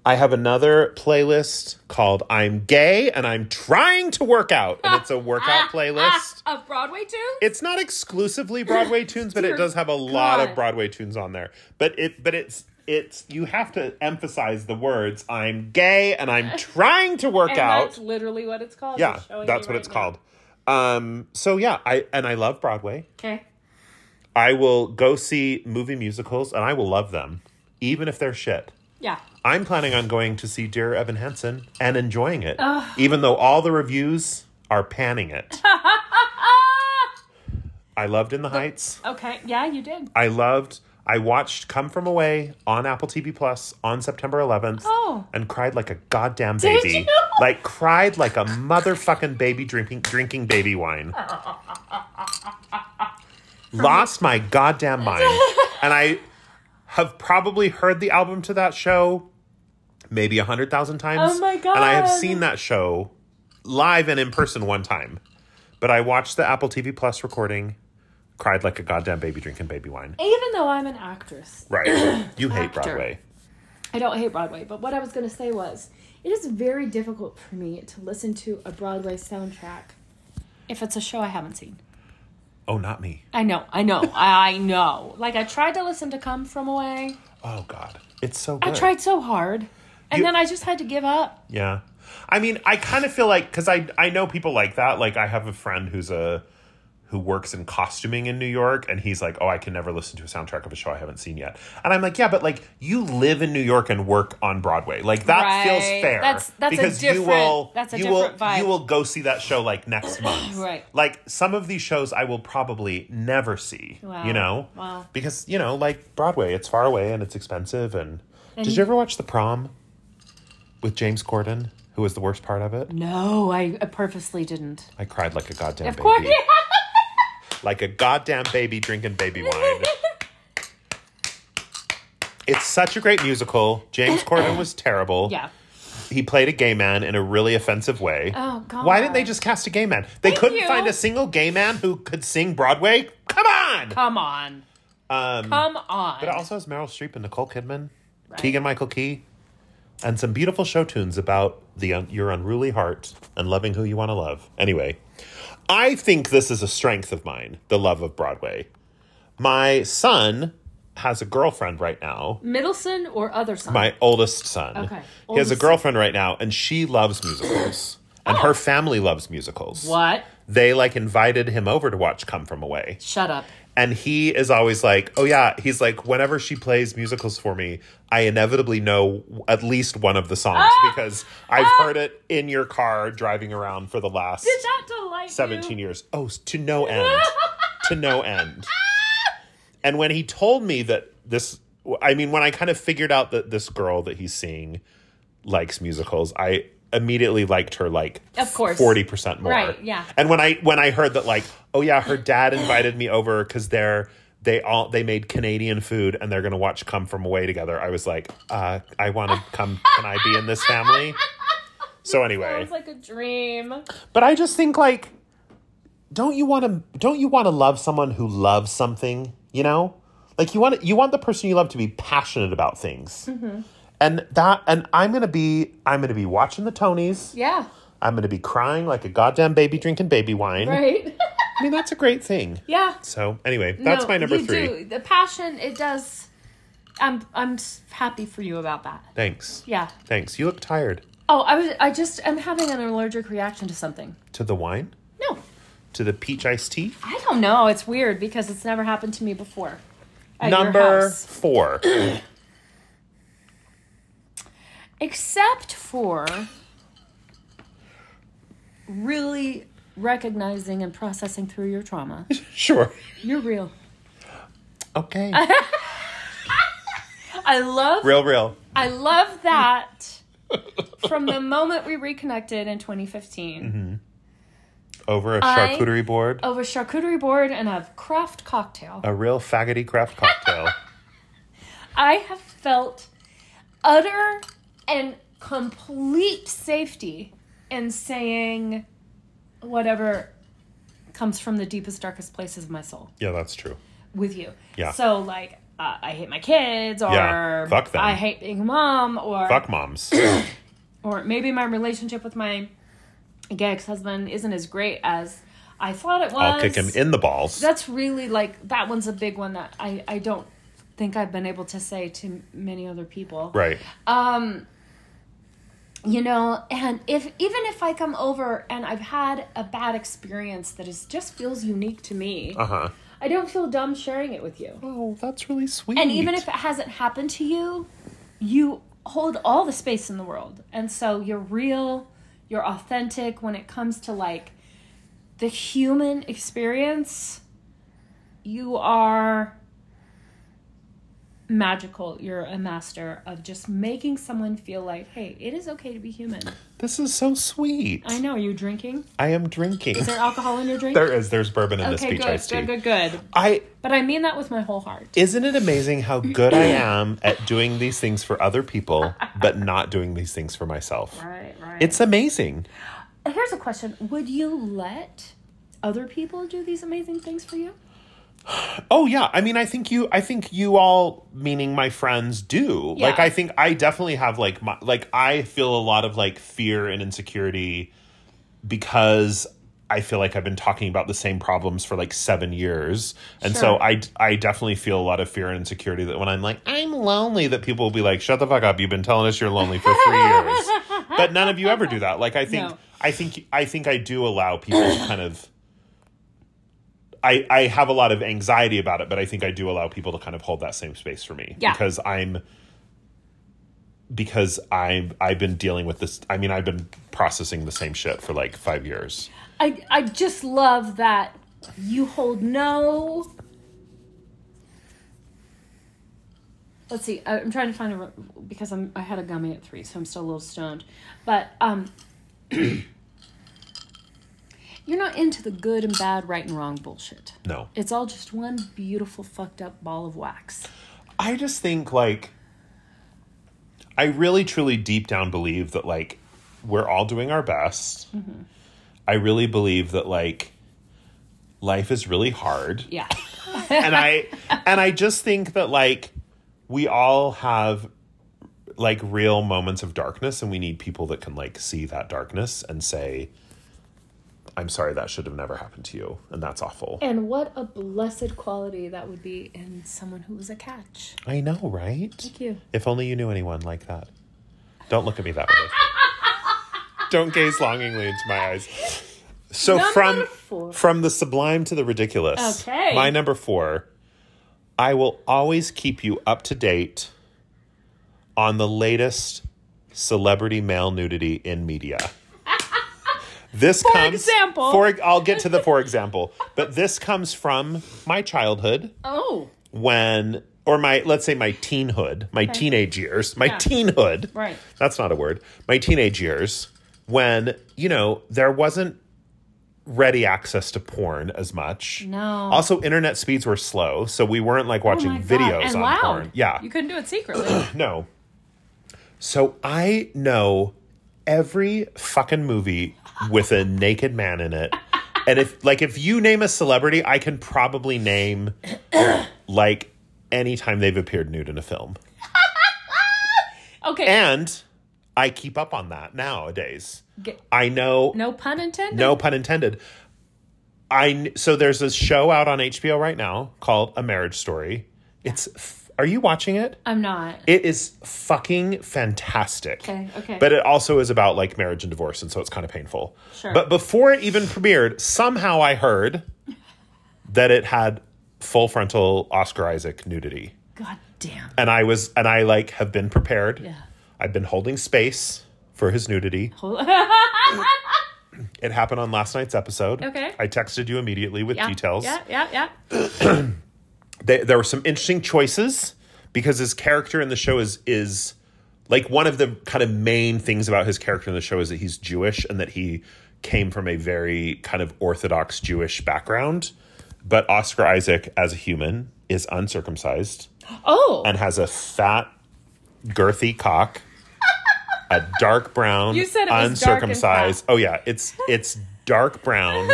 Speaker 1: I have another playlist called "I'm Gay and I'm Trying to Work Out," and it's a
Speaker 2: [laughs]
Speaker 1: workout playlist.
Speaker 2: Ah, of broadway tunes
Speaker 1: it's not exclusively
Speaker 2: [laughs]
Speaker 1: Broadway tunes, but
Speaker 2: Dear
Speaker 1: it does have a lot
Speaker 2: God.
Speaker 1: of Broadway tunes on there. But it but it's it's you have to emphasize the words I'm gay and
Speaker 2: [laughs]
Speaker 1: I'm trying to work
Speaker 2: And
Speaker 1: out.
Speaker 2: That's literally what it's called.
Speaker 1: Yeah,
Speaker 2: It's showing
Speaker 1: that's
Speaker 2: you
Speaker 1: what
Speaker 2: right
Speaker 1: it's
Speaker 2: now.
Speaker 1: called. Um so yeah, I and I love Broadway.
Speaker 2: Okay.
Speaker 1: I will go see movie musicals and I will love them even if they're shit.
Speaker 2: Yeah. [laughs]
Speaker 1: I'm planning on going to see Dear Evan Hansen and enjoying it even though all the reviews are panning
Speaker 2: [laughs]
Speaker 1: it. I loved In the Heights.
Speaker 2: Ah! Okay. Yeah, you did.
Speaker 1: I loved. I watched Come From Away on Apple TV Plus on September 11th
Speaker 2: Oh.
Speaker 1: and cried like a goddamn
Speaker 2: Did
Speaker 1: baby.
Speaker 2: you? [laughs]
Speaker 1: Like cried like a motherfucking baby drinking drinking baby wine. Lost my goddamn mind.
Speaker 2: [laughs]
Speaker 1: And I have probably heard the album to that show maybe a 100,000 times.
Speaker 2: Oh my
Speaker 1: And I have
Speaker 2: God.
Speaker 1: seen that show live and in person one time. But I watched the Apple TV Plus recording cried like a goddamn baby drinking baby wine.
Speaker 2: Even though I'm an actress, [coughs]
Speaker 1: Right. You hate
Speaker 2: Actor.
Speaker 1: Broadway.
Speaker 2: I don't hate Broadway, but what I was going to say was it is very difficult for me to listen to a Broadway soundtrack if it's a show I haven't seen.
Speaker 1: Oh, not me.
Speaker 2: I know, I know, [laughs] I know. Like, I tried to listen to Come From Away,
Speaker 1: Oh God, it's so.
Speaker 2: I
Speaker 1: Good.
Speaker 2: tried so hard, and
Speaker 1: You-
Speaker 2: then I just had to give up.
Speaker 1: Yeah. I mean, I kind of feel like because I I know people like that. Like I have a friend who's a who works in costuming in New York, and he's like, "Oh, I can never listen to a soundtrack of a show I haven't seen yet." And I'm like, "Yeah, but like you live in New York and work on Broadway, like that feels
Speaker 2: Right.
Speaker 1: fair.
Speaker 2: That's- that's a
Speaker 1: you
Speaker 2: different-
Speaker 1: will
Speaker 2: that's a
Speaker 1: you
Speaker 2: different
Speaker 1: will
Speaker 2: vibe.
Speaker 1: you will go see that show like
Speaker 2: [coughs]
Speaker 1: next month,
Speaker 2: Right.
Speaker 1: Like some of these shows I will probably never see,
Speaker 2: Wow.
Speaker 1: you know,
Speaker 2: Wow.
Speaker 1: because you know, like Broadway, it's far away and it's expensive. And, did you ever watch The Prom? with James Corden, who was the worst part of it.
Speaker 2: No, I, I purposely didn't.
Speaker 1: I cried like a goddamn
Speaker 2: Of
Speaker 1: baby.
Speaker 2: course,
Speaker 1: Like a goddamn baby drinking baby wine. it's such a great musical. James Corden was terrible.
Speaker 2: [laughs] yeah.
Speaker 1: He played a gay man in a really offensive way.
Speaker 2: Oh, God.
Speaker 1: Why didn't they just cast a gay man? They
Speaker 2: Thank
Speaker 1: couldn't
Speaker 2: you.
Speaker 1: find a single gay man who could sing Broadway? Come on!
Speaker 2: Come on.
Speaker 1: Um,
Speaker 2: Come on.
Speaker 1: But it also has Meryl Streep and Nicole Kidman,
Speaker 2: Right.
Speaker 1: Keegan Michael Key, and some beautiful show tunes about the un- your unruly heart and loving who you want to love. Anyway, I think this is a strength of mine, the love of Broadway. My son has a girlfriend right now.
Speaker 2: Middleson or other son?
Speaker 1: My oldest son.
Speaker 2: Mm. Okay.
Speaker 1: He has a
Speaker 2: Oldest son. Oh.
Speaker 1: girlfriend right now, and she loves musicals. And her family loves musicals.
Speaker 2: what?
Speaker 1: They like invited him over to watch Come From Away.
Speaker 2: Shut up.
Speaker 1: And he is always like, oh, yeah. He's like, whenever she plays musicals for me, I inevitably know at least one of the songs because I've heard it in your car driving around for the last
Speaker 2: Did that delight [laughs]
Speaker 1: 17
Speaker 2: you?
Speaker 1: years. Oh, to no
Speaker 2: [laughs]
Speaker 1: end. to no end. And when he told me that this, I mean, when I kind of figured out that this girl that he's seeing likes musicals, I immediately liked her like
Speaker 2: Of course.
Speaker 1: 40% more.
Speaker 2: Right, yeah.
Speaker 1: And when I when I heard that like, oh yeah, her dad invited me over cuz they're they all they made Canadian food and they're going to watch Come From Away together. I was like, uh, I want to come can I be in this family? So anyway,
Speaker 2: Sounds like a dream.
Speaker 1: but I just think like don't you want to don't you want to love someone who loves something, you know? Like you want you want the person you love to be passionate about things.
Speaker 2: Mm-hmm.
Speaker 1: And that and I'm going to be I'm going to be watching the Tonys.
Speaker 2: Yeah.
Speaker 1: I'm going to be crying like a goddamn baby drinking baby wine.
Speaker 2: Right. [laughs]
Speaker 1: I mean, that's a great thing.
Speaker 2: yeah.
Speaker 1: So, anyway, that's
Speaker 2: No,
Speaker 1: my number
Speaker 2: you
Speaker 1: three.
Speaker 2: Do. The passion, it does. I'm I'm s- happy for you about that.
Speaker 1: Thanks.
Speaker 2: Yeah.
Speaker 1: Thanks. You look tired.
Speaker 2: Oh, I was I just am having an allergic reaction to something.
Speaker 1: To the wine?
Speaker 2: No,
Speaker 1: To the peach iced tea?
Speaker 2: I don't know. It's weird because it's never happened to me before. At your
Speaker 1: Number
Speaker 2: house.
Speaker 1: four. [laughs]
Speaker 2: except for really recognizing and processing through your trauma.
Speaker 1: sure.
Speaker 2: You're real. [laughs]
Speaker 1: Okay.
Speaker 2: I love
Speaker 1: real, real.
Speaker 2: I love that from the moment we reconnected in
Speaker 1: Mm-hmm.
Speaker 2: 2015
Speaker 1: Over a
Speaker 2: I-
Speaker 1: charcuterie board,
Speaker 2: of a charcuterie board and a craft cocktail.
Speaker 1: a real faggoty craft
Speaker 2: [laughs]
Speaker 1: cocktail.
Speaker 2: I have felt utter and complete safety in saying whatever comes from the deepest, darkest places of my soul
Speaker 1: yeah, that's true.
Speaker 2: with you.
Speaker 1: Yeah.
Speaker 2: So like, uh, I hate my kids, or
Speaker 1: Yeah, fuck them.
Speaker 2: I hate being a mom, or
Speaker 1: Fuck
Speaker 2: [coughs]
Speaker 1: moms.
Speaker 2: or maybe my relationship with my gay ex-husband isn't as great as I thought it was.
Speaker 1: I'll kick him in the balls.
Speaker 2: That's really like that one's a big one that I I don't think I've been able to say to many other people. Um,
Speaker 1: Right.
Speaker 2: You know, and if even if I come over and I've had a bad experience that is just feels unique to me,
Speaker 1: Uh huh.
Speaker 2: I don't feel dumb sharing it with you.
Speaker 1: Oh, that's really sweet.
Speaker 2: And even if it hasn't happened to you, you hold all the space in the world. And so you're real, you're authentic when it comes to like the human experience. You are magical. You're a master of just making someone feel like, hey, it is okay to be human.
Speaker 1: This is so sweet.
Speaker 2: I know. Are you drinking? Is
Speaker 1: I am drinking.
Speaker 2: there alcohol in your drink?
Speaker 1: [laughs] there is. There's bourbon in this
Speaker 2: okay,
Speaker 1: peach
Speaker 2: good,
Speaker 1: iced tea.
Speaker 2: good, good, good.
Speaker 1: I
Speaker 2: But I mean that with my whole heart.
Speaker 1: Isn't it amazing how good I am at doing these things for other
Speaker 2: [laughs]
Speaker 1: people, but not doing these things for myself?
Speaker 2: Right, right.
Speaker 1: It's amazing.
Speaker 2: Here's a question: Would you let other people do these amazing things for you?
Speaker 1: Oh yeah, I mean, I think you, I think you all, meaning my friends, do. Like,
Speaker 2: Yeah.
Speaker 1: I think I definitely have like my, like I feel a lot of like fear and insecurity because I feel like I've been talking about the same problems for like seven years, and so
Speaker 2: Sure.
Speaker 1: I, I definitely feel a lot of fear and insecurity that when I'm like I'm lonely, that people will be like, shut the fuck up, you've been telling us you're lonely for three
Speaker 2: [laughs]
Speaker 1: years, but none of you ever do that. Like, I think,
Speaker 2: No.
Speaker 1: I think, I think I do allow people to kind of. I, I have a lot of anxiety about it, but I think I do allow people to kind of hold that same space for me
Speaker 2: Yeah.
Speaker 1: because I'm because I've I've been dealing with this. I mean, I've been processing the same shit for like five years.
Speaker 2: I I just love that you hold no. Let's see. I- I'm trying to find a re- because I'm I had a gummy at three, so I'm still a little stoned. But um, [clears throat] you're not into the good and bad, right and wrong bullshit.
Speaker 1: No,
Speaker 2: It's all just one beautiful fucked up ball of wax.
Speaker 1: I just think like I really truly deep down believe that like we're all doing our best. I really believe that like life is really hard.
Speaker 2: Yeah.
Speaker 1: and I and I just think that like we all have like real moments of darkness and we need people that can like see that darkness and say I'm sorry that should have never happened to you and that's awful.
Speaker 2: And what a blessed quality that would be in someone who was a catch.
Speaker 1: I know, right?
Speaker 2: Thank you.
Speaker 1: If only you knew anyone like that. Don't look at me that way. Don't gaze longingly into my eyes. So
Speaker 2: Number
Speaker 1: from
Speaker 2: four.
Speaker 1: from the sublime to the ridiculous.
Speaker 2: Okay.
Speaker 1: My number 4. I will always keep you up to date on the latest celebrity male nudity in media.
Speaker 2: [laughs]
Speaker 1: This for comes
Speaker 2: example.
Speaker 1: for I'll get to the for example, but this comes from my childhood
Speaker 2: Oh,
Speaker 1: when or my let's say my teenhood, my teenage years, my
Speaker 2: Yeah.
Speaker 1: teenhood.
Speaker 2: Right.
Speaker 1: That's not a word. My teenage years when, you know, there wasn't ready access to porn as much.
Speaker 2: No. Oh
Speaker 1: Also internet speeds were slow, so we weren't like watching
Speaker 2: my God.
Speaker 1: videos
Speaker 2: And
Speaker 1: on
Speaker 2: loud.
Speaker 1: porn. Yeah.
Speaker 2: You couldn't do it secretly. [clears throat]
Speaker 1: No. So I know every fucking movie with a naked man in it. And if like if you name a celebrity, I can probably name like any time they've appeared nude in a film.
Speaker 2: okay.
Speaker 1: And I keep up on that nowadays.
Speaker 2: Get-
Speaker 1: I know
Speaker 2: no pun intended.
Speaker 1: no pun intended. I kn- so there's a show out on HBO right now called A Marriage Story. It's f- are you watching it?
Speaker 2: I'm not.
Speaker 1: It is fucking fantastic.
Speaker 2: Okay, okay.
Speaker 1: But it also is about like marriage and divorce, and so it's kind of painful.
Speaker 2: Sure.
Speaker 1: But before it even premiered, somehow I heard that it had full frontal Oscar Isaac nudity.
Speaker 2: God damn.
Speaker 1: And I was, and I like have been prepared.
Speaker 2: Yeah.
Speaker 1: I've been holding space for his nudity.
Speaker 2: [laughs]
Speaker 1: It happened on last night's episode.
Speaker 2: Okay.
Speaker 1: I texted you immediately with
Speaker 2: Yeah,
Speaker 1: details.
Speaker 2: Yeah, yeah, yeah.
Speaker 1: they, there were some interesting choices because his character in the show is is like one of the kind of main things about his character in the show is that he's Jewish and that he came from a very kind of orthodox Jewish background. But Oscar Isaac, as a human, is uncircumcised
Speaker 2: Oh,
Speaker 1: and has a fat, girthy cock, a dark brown,
Speaker 2: You said it was dark and
Speaker 1: uncircumcised. Oh yeah, it's it's dark
Speaker 2: [laughs]
Speaker 1: brown,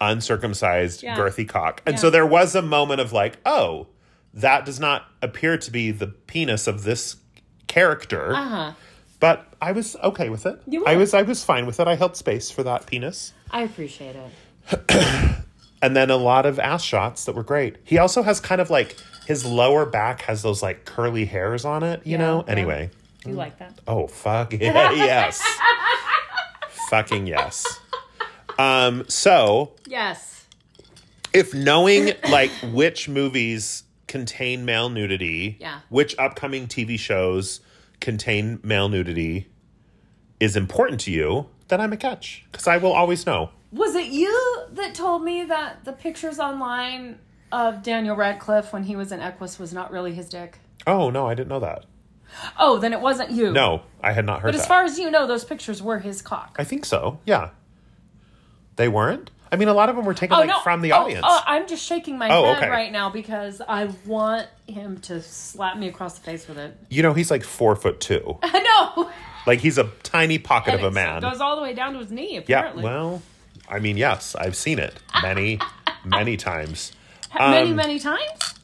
Speaker 1: uncircumcised,
Speaker 2: Yeah.
Speaker 1: girthy cock. And
Speaker 2: Yeah.
Speaker 1: so there was a moment of like, oh, that does not appear to be the penis of this character.
Speaker 2: uh-huh.
Speaker 1: But I was okay with it.
Speaker 2: You
Speaker 1: I
Speaker 2: were.
Speaker 1: was I was fine with it. I held space for that penis.
Speaker 2: I appreciate it.
Speaker 1: and then a lot of ass shots that were great. He also has kind of like his lower back has those like curly hairs on it, you
Speaker 2: Yeah,
Speaker 1: know?
Speaker 2: yeah.
Speaker 1: Anyway.
Speaker 2: You like that?
Speaker 1: Oh
Speaker 2: [laughs]
Speaker 1: fuck [laughs] yeah, yes. Fucking yes. Um so
Speaker 2: Yes.
Speaker 1: if knowing like which movies contain male nudity,
Speaker 2: Yeah.
Speaker 1: which upcoming TV shows contain male nudity is important to you, then I'm a catch cuz I will always know.
Speaker 2: Was it you that told me that the pictures online of Daniel Radcliffe when he was in Equus was not really his dick?
Speaker 1: Oh no, I didn't know that.
Speaker 2: Oh, then it wasn't you.
Speaker 1: No, I had not heard
Speaker 2: But as
Speaker 1: that.
Speaker 2: far as you know, those pictures were his cock.
Speaker 1: I think so. Yeah. They weren't? I mean, a lot of them were taken
Speaker 2: oh
Speaker 1: like
Speaker 2: no!
Speaker 1: from the
Speaker 2: Oh,
Speaker 1: audience.
Speaker 2: Oh, I'm just shaking my
Speaker 1: Oh,
Speaker 2: head
Speaker 1: okay.
Speaker 2: right now because I want him to slap me across the face with it. [laughs]
Speaker 1: You know, he's like four foot two.
Speaker 2: no.
Speaker 1: like he's a tiny pocket of a
Speaker 2: It
Speaker 1: man.
Speaker 2: goes all the way down to his knee.
Speaker 1: yeah.
Speaker 2: Apparently. [laughs]
Speaker 1: Well, I mean, yes, I've seen it many, many times.
Speaker 2: many, many times
Speaker 1: um,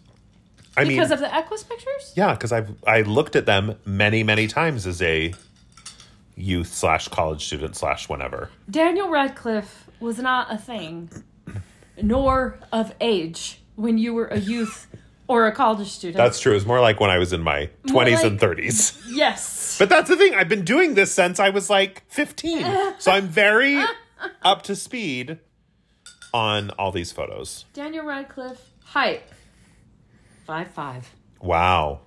Speaker 1: I mean,
Speaker 2: because of the Equus pictures.
Speaker 1: yeah, because I've I looked at them many many times as a youth slash college student slash whenever.
Speaker 2: Daniel Radcliffe was not a thing, nor of age when you were a youth or a college student.
Speaker 1: That's true. It's more like when I was in my
Speaker 2: More
Speaker 1: twenties
Speaker 2: like-
Speaker 1: and thirties.
Speaker 2: yes.
Speaker 1: But that's the thing. I've been doing this since I was like fifteen, so I'm very up to speed on all these photos.
Speaker 2: Daniel Radcliffe, height five five.
Speaker 1: Wow.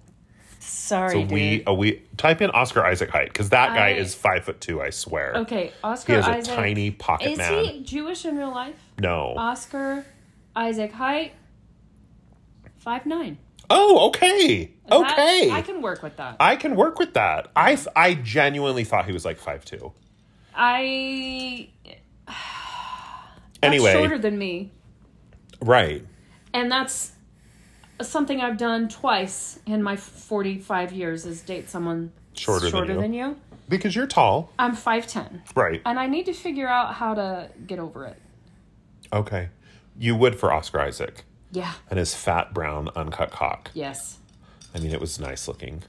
Speaker 2: Sorry,
Speaker 1: So
Speaker 2: dude.
Speaker 1: we uh, we type in Oscar Isaac height because that guy
Speaker 2: I-
Speaker 1: is five foot two. I swear.
Speaker 2: okay. Oscar
Speaker 1: He has
Speaker 2: Isaac.
Speaker 1: a tiny pocket
Speaker 2: Is
Speaker 1: man.
Speaker 2: he Jewish in real life?
Speaker 1: No.
Speaker 2: Oscar Isaac, height five nine.
Speaker 1: oh, okay. Okay.
Speaker 2: I can work with that.
Speaker 1: I can work with that. I f- I genuinely thought he was like five two.
Speaker 2: I that's
Speaker 1: Anyway,
Speaker 2: shorter than me,
Speaker 1: right.
Speaker 2: and that's something I've done twice in my forty-five years is date someone
Speaker 1: Shorter than you.
Speaker 2: than you.
Speaker 1: Because you're tall,
Speaker 2: I'm five ten,
Speaker 1: right?
Speaker 2: and I need to figure out how to get over it.
Speaker 1: okay, you would for Oscar Isaac
Speaker 2: Yeah.
Speaker 1: and his fat brown uncut cock.
Speaker 2: Yes.
Speaker 1: I mean, it was nice looking.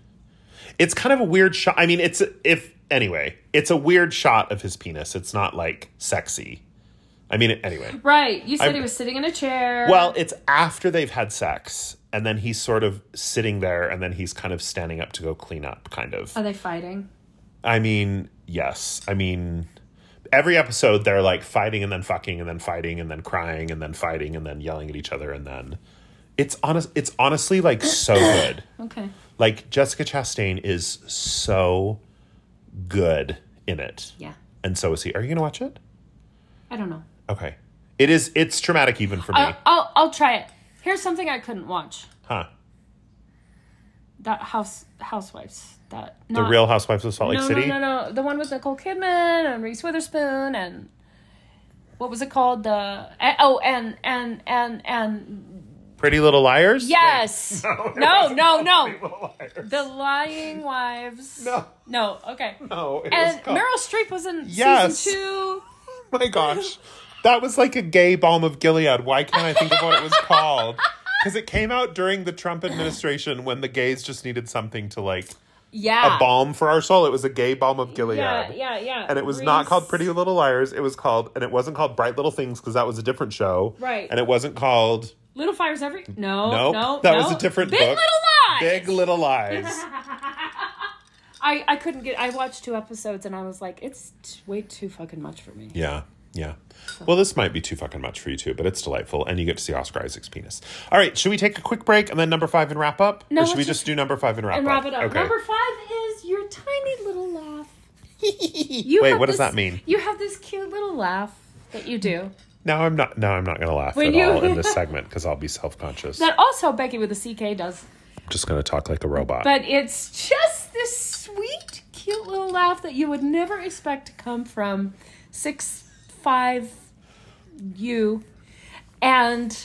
Speaker 1: It's kind of a weird shot. I mean, it's if anyway, it's a weird shot of his penis. It's not like sexy. I mean,
Speaker 2: Uh-huh.
Speaker 1: anyway.
Speaker 2: Right. You said
Speaker 1: I-
Speaker 2: he was sitting in a chair.
Speaker 1: Well, it's after they've had sex, and then he's sort of sitting there, and then he's kind of standing up to go clean up, kind of.
Speaker 2: are they fighting?
Speaker 1: I mean, yes. I mean, every episode they're like fighting and then fucking and then fighting and then crying and then fighting and then yelling at each other and then it's honest. It's honestly like so good.
Speaker 2: Okay.
Speaker 1: Like Jessica Chastain is so good in it,
Speaker 2: Yeah.
Speaker 1: and so is he. Are you gonna watch it?
Speaker 2: I don't know.
Speaker 1: Okay. It is. It's traumatic even for me.
Speaker 2: I, I'll I'll try it. Here's something I couldn't watch.
Speaker 1: huh.
Speaker 2: That house housewives. That
Speaker 1: The
Speaker 2: not-
Speaker 1: Real Housewives of Salt Lake
Speaker 2: no,
Speaker 1: City.
Speaker 2: No, no, no. The one with Nicole Kidman and Reese Witherspoon and what was it called? The eh, oh, and and and and
Speaker 1: Pretty Little Liars.
Speaker 2: yes.
Speaker 1: [laughs] No,
Speaker 2: No, no, no.
Speaker 1: Pretty Little Liars.
Speaker 2: The Lying Wives.
Speaker 1: No.
Speaker 2: No. Okay.
Speaker 1: No. [laughs] Oh, It was
Speaker 2: And
Speaker 1: called-
Speaker 2: Meryl Streep was in
Speaker 1: Yes.
Speaker 2: season two.
Speaker 1: my
Speaker 2: [laughs]
Speaker 1: gosh. That was like a gay balm of Gilead. Why can't I think of what it was
Speaker 2: [laughs]
Speaker 1: called? Because it came out during the Trump administration when the gays just needed something to like
Speaker 2: Yeah.
Speaker 1: a balm for our soul. It was a gay balm of Gilead.
Speaker 2: Yeah, yeah, yeah.
Speaker 1: And it was not
Speaker 2: Reese-
Speaker 1: called Pretty Little Liars. It was called, and it wasn't called Bright Little Things because that was a different show.
Speaker 2: Right.
Speaker 1: And it wasn't called,
Speaker 2: Little Fires Every. No,
Speaker 1: nope.
Speaker 2: no,
Speaker 1: that
Speaker 2: no.
Speaker 1: was a different
Speaker 2: Big
Speaker 1: book.
Speaker 2: Little Lies.
Speaker 1: Big Little Lies.
Speaker 2: [laughs] I I couldn't get. I watched two episodes and I was like, it's t- way too fucking much for me.
Speaker 1: Yeah. Yeah. Well, this might be too fucking much for you too, but it's delightful, and you get to see Oscar Isaac's penis. All right, should we take a quick break and then number five and wrap up,
Speaker 2: No,
Speaker 1: or should we
Speaker 2: let's
Speaker 1: just
Speaker 2: just-
Speaker 1: do number five and wrap
Speaker 2: And
Speaker 1: up?
Speaker 2: wrap it up.
Speaker 1: Okay. [laughs]
Speaker 2: Number five is your tiny little laugh. You
Speaker 1: Wait,
Speaker 2: have
Speaker 1: what does
Speaker 2: this-
Speaker 1: that mean?
Speaker 2: You have this cute little laugh that you do.
Speaker 1: Now I'm not. Now I'm not going to laugh
Speaker 2: When
Speaker 1: at
Speaker 2: you-
Speaker 1: all in
Speaker 2: [laughs]
Speaker 1: this segment because I'll be self conscious.
Speaker 2: That also Becky with a CK does.
Speaker 1: I'm just going to talk like a robot.
Speaker 2: But it's just this sweet, cute little laugh that you would never expect to come from six five you. And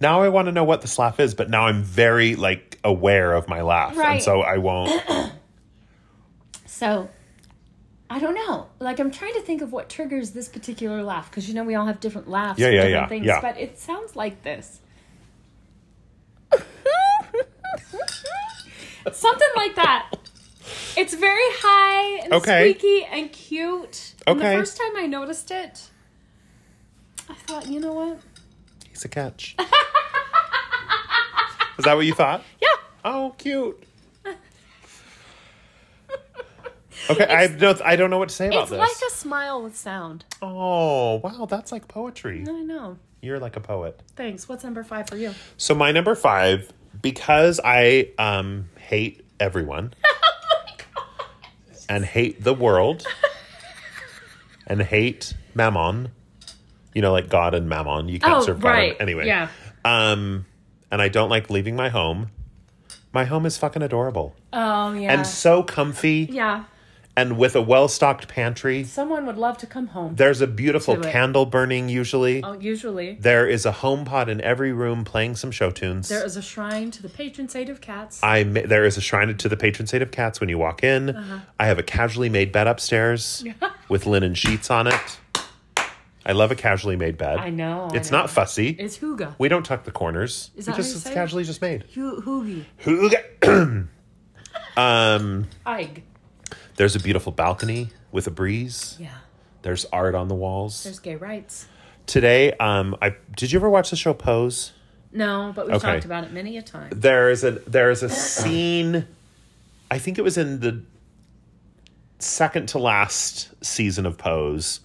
Speaker 1: now I want to know what this laugh is, but now I'm very like aware of my laugh, and
Speaker 2: Right.
Speaker 1: so I
Speaker 2: [coughs]
Speaker 1: won't.
Speaker 2: so I don't know. Like I'm trying to think of what triggers this particular laugh because you know we all have different laughs.
Speaker 1: Yeah,
Speaker 2: and
Speaker 1: yeah,
Speaker 2: different
Speaker 1: yeah,
Speaker 2: Things,
Speaker 1: yeah.
Speaker 2: But it sounds like this. Something like that. It's very high and
Speaker 1: Okay.
Speaker 2: squeaky and cute. And the
Speaker 1: Okay.
Speaker 2: first time I noticed it, I thought, you know what?
Speaker 1: He's a catch. is that what you thought?
Speaker 2: Yeah,
Speaker 1: Oh, cute. Okay, I have no, I don't know what to say about
Speaker 2: it's
Speaker 1: this.
Speaker 2: like a smile with sound.
Speaker 1: oh, wow, that's like poetry.
Speaker 2: I know.
Speaker 1: You're like a poet.
Speaker 2: Thanks. What's number five for you?
Speaker 1: So my number five, because I um hate
Speaker 2: [laughs]
Speaker 1: everyone
Speaker 2: Oh
Speaker 1: and hate the
Speaker 2: [laughs]
Speaker 1: world and hate Mammon. You know, like God and Mammon. You can't
Speaker 2: Oh,
Speaker 1: serve God.
Speaker 2: right.
Speaker 1: and- anyway.
Speaker 2: Yeah.
Speaker 1: Um, and I don't like leaving my home. My home is fucking adorable
Speaker 2: Oh yeah.
Speaker 1: and so comfy.
Speaker 2: yeah.
Speaker 1: and with a well stocked pantry.
Speaker 2: Someone would love to come home.
Speaker 1: There's a beautiful
Speaker 2: To it.
Speaker 1: candle burning usually.
Speaker 2: Oh, usually.
Speaker 1: There is a home pod in every room playing some show tunes.
Speaker 2: There is a shrine to the patron saint of cats.
Speaker 1: I ma- there is a shrine to the patron saint of cats when you walk in.
Speaker 2: Uh-huh. [laughs]
Speaker 1: I have a casually made bed upstairs with linen sheets on it. I love a casually made bed.
Speaker 2: I know.
Speaker 1: It's
Speaker 2: I know.
Speaker 1: not fussy.
Speaker 2: It's Huga.
Speaker 1: we don't tuck the corners.
Speaker 2: Is that
Speaker 1: It
Speaker 2: how
Speaker 1: just,
Speaker 2: you
Speaker 1: it's
Speaker 2: say it?
Speaker 1: casually just made. [coughs]
Speaker 2: Hu- Hugi.
Speaker 1: um,
Speaker 2: Eig.
Speaker 1: there's a beautiful balcony with a breeze.
Speaker 2: Yeah.
Speaker 1: There's art on the walls.
Speaker 2: There's gay rights.
Speaker 1: Today, um, I did you ever watch the show Pose?
Speaker 2: No, but we've
Speaker 1: Okay.
Speaker 2: talked about it many a time.
Speaker 1: there is a there is a scene i think it was in the second to last season of pose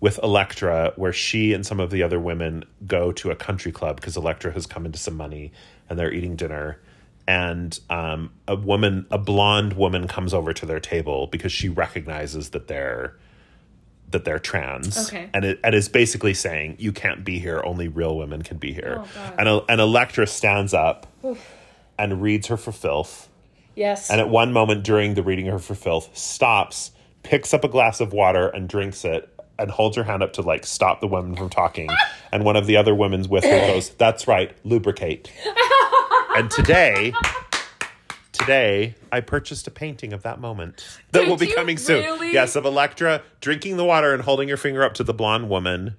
Speaker 1: with Electra, where she and some of the other women go to a country club because Electra has come into some money and they're eating dinner. And um, a woman, a blonde woman, comes over to their table because she recognizes that they're that they're trans,
Speaker 2: Okay.
Speaker 1: and it and is basically saying you can't be here. Only real women can be here.
Speaker 2: Oh, God.
Speaker 1: and and Electra stands up and reads her for filth.
Speaker 2: Yes.
Speaker 1: And at one moment during the reading her for filth, stops, picks up a glass of water and drinks it, and holds her hand up to like stop the woman from
Speaker 2: [laughs]
Speaker 1: talking. and one of the other women's with her goes, "That's right, lubricate." and today, today I purchased a painting of that moment that
Speaker 2: Did
Speaker 1: will be
Speaker 2: you
Speaker 1: coming soon.
Speaker 2: really?
Speaker 1: Yes, of Electra drinking the water and holding her finger up to the blonde woman.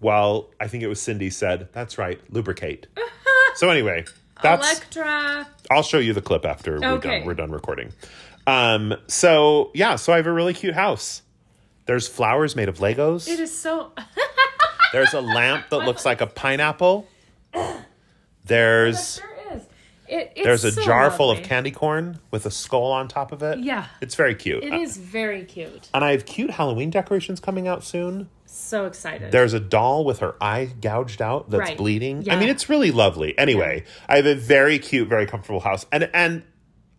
Speaker 1: While I think it was Cindy said, "That's right, lubricate." so anyway, that's.
Speaker 2: Electra.
Speaker 1: I'll show you the clip after we're done.
Speaker 2: Okay.
Speaker 1: We're done recording. Um. So yeah. So I have a really cute house. There's flowers made of Legos.
Speaker 2: It is so. [laughs]
Speaker 1: There's a lamp that looks like a pineapple. There's
Speaker 2: sure is. It, it's
Speaker 1: there's a
Speaker 2: so
Speaker 1: jar full of
Speaker 2: lovely.
Speaker 1: candy corn with a skull on top of it.
Speaker 2: Yeah.
Speaker 1: It's very cute.
Speaker 2: It is very cute.
Speaker 1: And I have cute Halloween decorations coming out soon.
Speaker 2: So excited.
Speaker 1: There's a doll with her eye gouged out that's
Speaker 2: Right.
Speaker 1: bleeding. I
Speaker 2: Yeah.
Speaker 1: mean, it's really lovely. Anyway, I have a very cute, very comfortable house, and and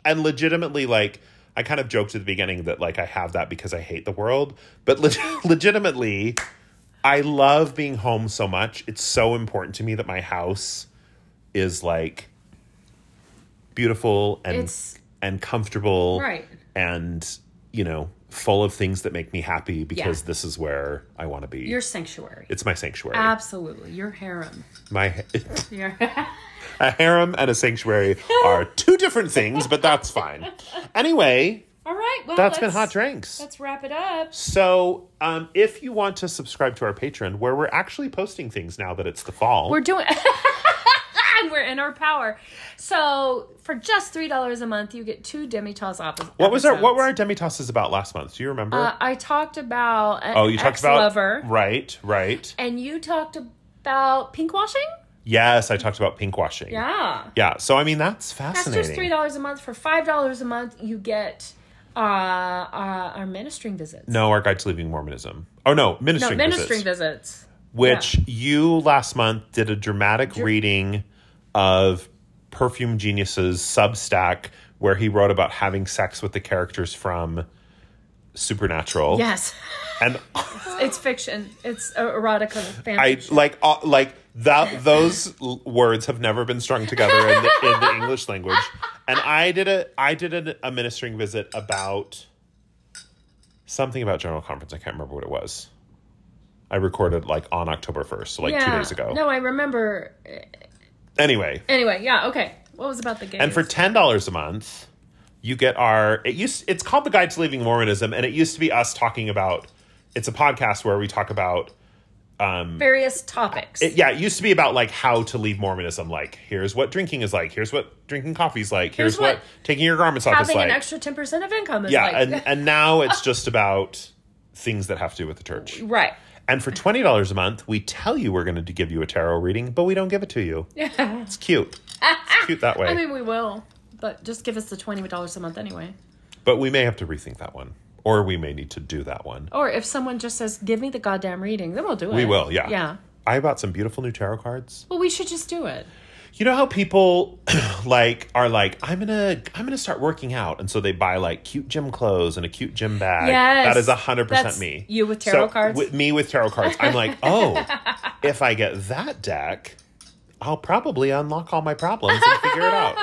Speaker 1: and legitimately, like I kind of joked at the beginning that like I have that because I hate the world, but [laughs] leg- legitimately, I love being home so much. It's so important to me that my house is like beautiful and
Speaker 2: It's-
Speaker 1: and comfortable,
Speaker 2: Right.
Speaker 1: And you know, full of things that make me happy because this is where I want to be.
Speaker 2: Your sanctuary.
Speaker 1: It's my sanctuary.
Speaker 2: Um, Absolutely. Your harem.
Speaker 1: my
Speaker 2: Your
Speaker 1: [laughs]
Speaker 2: [laughs]
Speaker 1: a harem and a sanctuary are two different things, but that's fine. Anyway,
Speaker 2: All right. Well,
Speaker 1: that's been
Speaker 2: let's-
Speaker 1: hot drinks.
Speaker 2: Let's wrap it up.
Speaker 1: So, um, if you want to subscribe to our Patreon, where we're actually posting things now that it's the fall,
Speaker 2: We're doing. [laughs] and we're in our power. So for just three dollars a month, you get two demi toss opposite.
Speaker 1: what was our what were our demi tosses about last month? Do you remember?
Speaker 2: Uh, I talked about an
Speaker 1: oh, you talked about
Speaker 2: lover,
Speaker 1: right, right.
Speaker 2: and you talked about pink washing.
Speaker 1: Yes, I talked about pink washing.
Speaker 2: Yeah,
Speaker 1: Yeah, so I mean that's
Speaker 2: that's
Speaker 1: fascinating.
Speaker 2: just three dollars a month. For five dollars a month, you get uh, uh, our ministering visits.
Speaker 1: no, our guide to leaving Mormonism. Oh no, ministering,
Speaker 2: ministering
Speaker 1: visits.
Speaker 2: visits.
Speaker 1: which you last month did a dramatic reading of Perfume Genius's Substack, where he wrote about having sex with the characters from Supernatural.
Speaker 2: Yes, [laughs]
Speaker 1: and
Speaker 2: it's fiction. It's erotica. Fan
Speaker 1: I
Speaker 2: fiction.
Speaker 1: like uh, like that. Those l- words have never been strung together in the, in the English language. And I did a I did a, a ministering visit about something about General Conference. I can't remember what it was. I recorded like on October first, so like two
Speaker 2: Yeah.
Speaker 1: days ago.
Speaker 2: No, I remember.
Speaker 1: Anyway,
Speaker 2: Anyway, yeah, okay. What was about the gays?
Speaker 1: And for ten dollars a month, you get our it used it's called the Guide to Leaving Mormonism, and it used to be us talking about it's a podcast where we talk about
Speaker 2: various topics.
Speaker 1: it, yeah, it used to be about like how to leave Mormonism, like here's what drinking is like, here's what drinking coffee is like, here's,
Speaker 2: Here's
Speaker 1: what,
Speaker 2: what
Speaker 1: taking your garments off is
Speaker 2: Having
Speaker 1: like.
Speaker 2: an extra 10% of income is
Speaker 1: yeah,
Speaker 2: like.
Speaker 1: and, and now it's just about things that have to do with the church.
Speaker 2: [laughs] right.
Speaker 1: And for twenty dollars a month, we tell you we're gonna give you a tarot reading, but we don't give it to
Speaker 2: [laughs]
Speaker 1: you. It's cute. It's cute that way.
Speaker 2: I mean, we will, but just give us the $20 a month anyway.
Speaker 1: but we may have to rethink that one. Or we may need to do that one.
Speaker 2: Or if someone just says, give me the goddamn reading, then we'll do it.
Speaker 1: We will, yeah.
Speaker 2: Yeah.
Speaker 1: I bought some beautiful new tarot cards.
Speaker 2: Well, we should just do it.
Speaker 1: You know how people [clears throat] like are like, I'm gonna I'm gonna start working out, and so they buy like cute gym clothes and a cute gym bag.
Speaker 2: Yes.
Speaker 1: that is hundred percent
Speaker 2: That's
Speaker 1: me.
Speaker 2: you with tarot
Speaker 1: So,
Speaker 2: cards?
Speaker 1: With me with tarot cards, I'm
Speaker 2: [laughs]
Speaker 1: like, oh, if I get that deck, I'll probably unlock all my problems and figure it
Speaker 2: [laughs]
Speaker 1: out.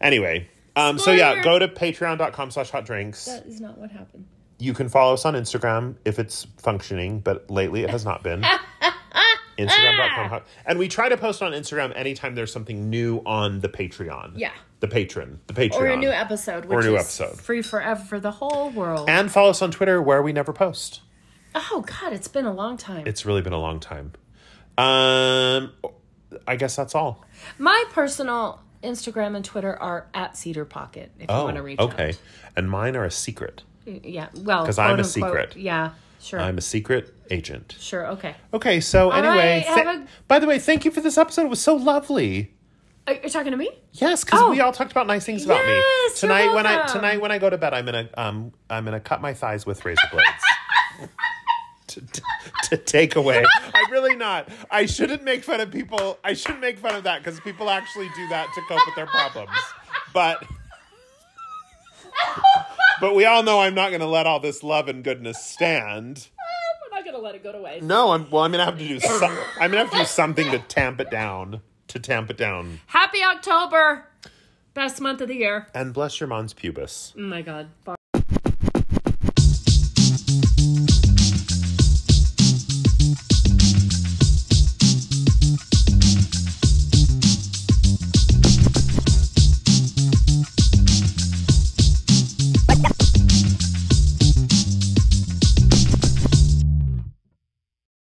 Speaker 1: Anyway, um, so yeah, go
Speaker 2: Spoiler.
Speaker 1: to Patreon.com/slash Hot Drinks.
Speaker 2: That is not what happened.
Speaker 1: You can follow us on Instagram if it's functioning, but lately it has not been.
Speaker 2: [laughs]
Speaker 1: Instagram.com. And we try to post on Instagram anytime there's something new on the Patreon.
Speaker 2: Yeah.
Speaker 1: The patron. The Patreon.
Speaker 2: Or a new episode, which
Speaker 1: new
Speaker 2: is
Speaker 1: episode.
Speaker 2: free forever for the whole world.
Speaker 1: And follow us on Twitter where we never post.
Speaker 2: Oh God, it's been a long time.
Speaker 1: It's really been a long time. Um, I guess that's all.
Speaker 2: My personal Instagram and Twitter are at Cedar Pocket. If you
Speaker 1: Oh,
Speaker 2: want to reach
Speaker 1: okay.
Speaker 2: out.
Speaker 1: And mine are a secret.
Speaker 2: Yeah. Well,
Speaker 1: 'Cause I'm a
Speaker 2: quote, unquote,
Speaker 1: secret.
Speaker 2: Yeah. Sure.
Speaker 1: I'm a secret agent.
Speaker 2: sure. Okay.
Speaker 1: Okay, so anyway,
Speaker 2: right, have
Speaker 1: thi-
Speaker 2: a-
Speaker 1: by the way, thank you for this episode. It was so lovely.
Speaker 2: Are you talking to me?
Speaker 1: Yes, because
Speaker 2: Oh.
Speaker 1: we all talked about nice things about me
Speaker 2: Yes, you're
Speaker 1: tonight. When I
Speaker 2: welcome.
Speaker 1: tonight when I go to bed, I'm gonna um I'm gonna cut my thighs with razor blades.
Speaker 2: [laughs]
Speaker 1: To, to, to take away, I'm really not. I shouldn't make fun of people. I shouldn't make fun of that because people actually do that to cope with their problems. But but we all know I'm not going to let all this love and goodness stand.
Speaker 2: I'm not gonna let it go to waste.
Speaker 1: No, I'm. Well, I'm gonna have to do. Some, I'm gonna have to do something to tamp it down. To tamp it down.
Speaker 2: Happy October, best month of the year.
Speaker 1: And bless your mom's pubis.
Speaker 2: Oh my God.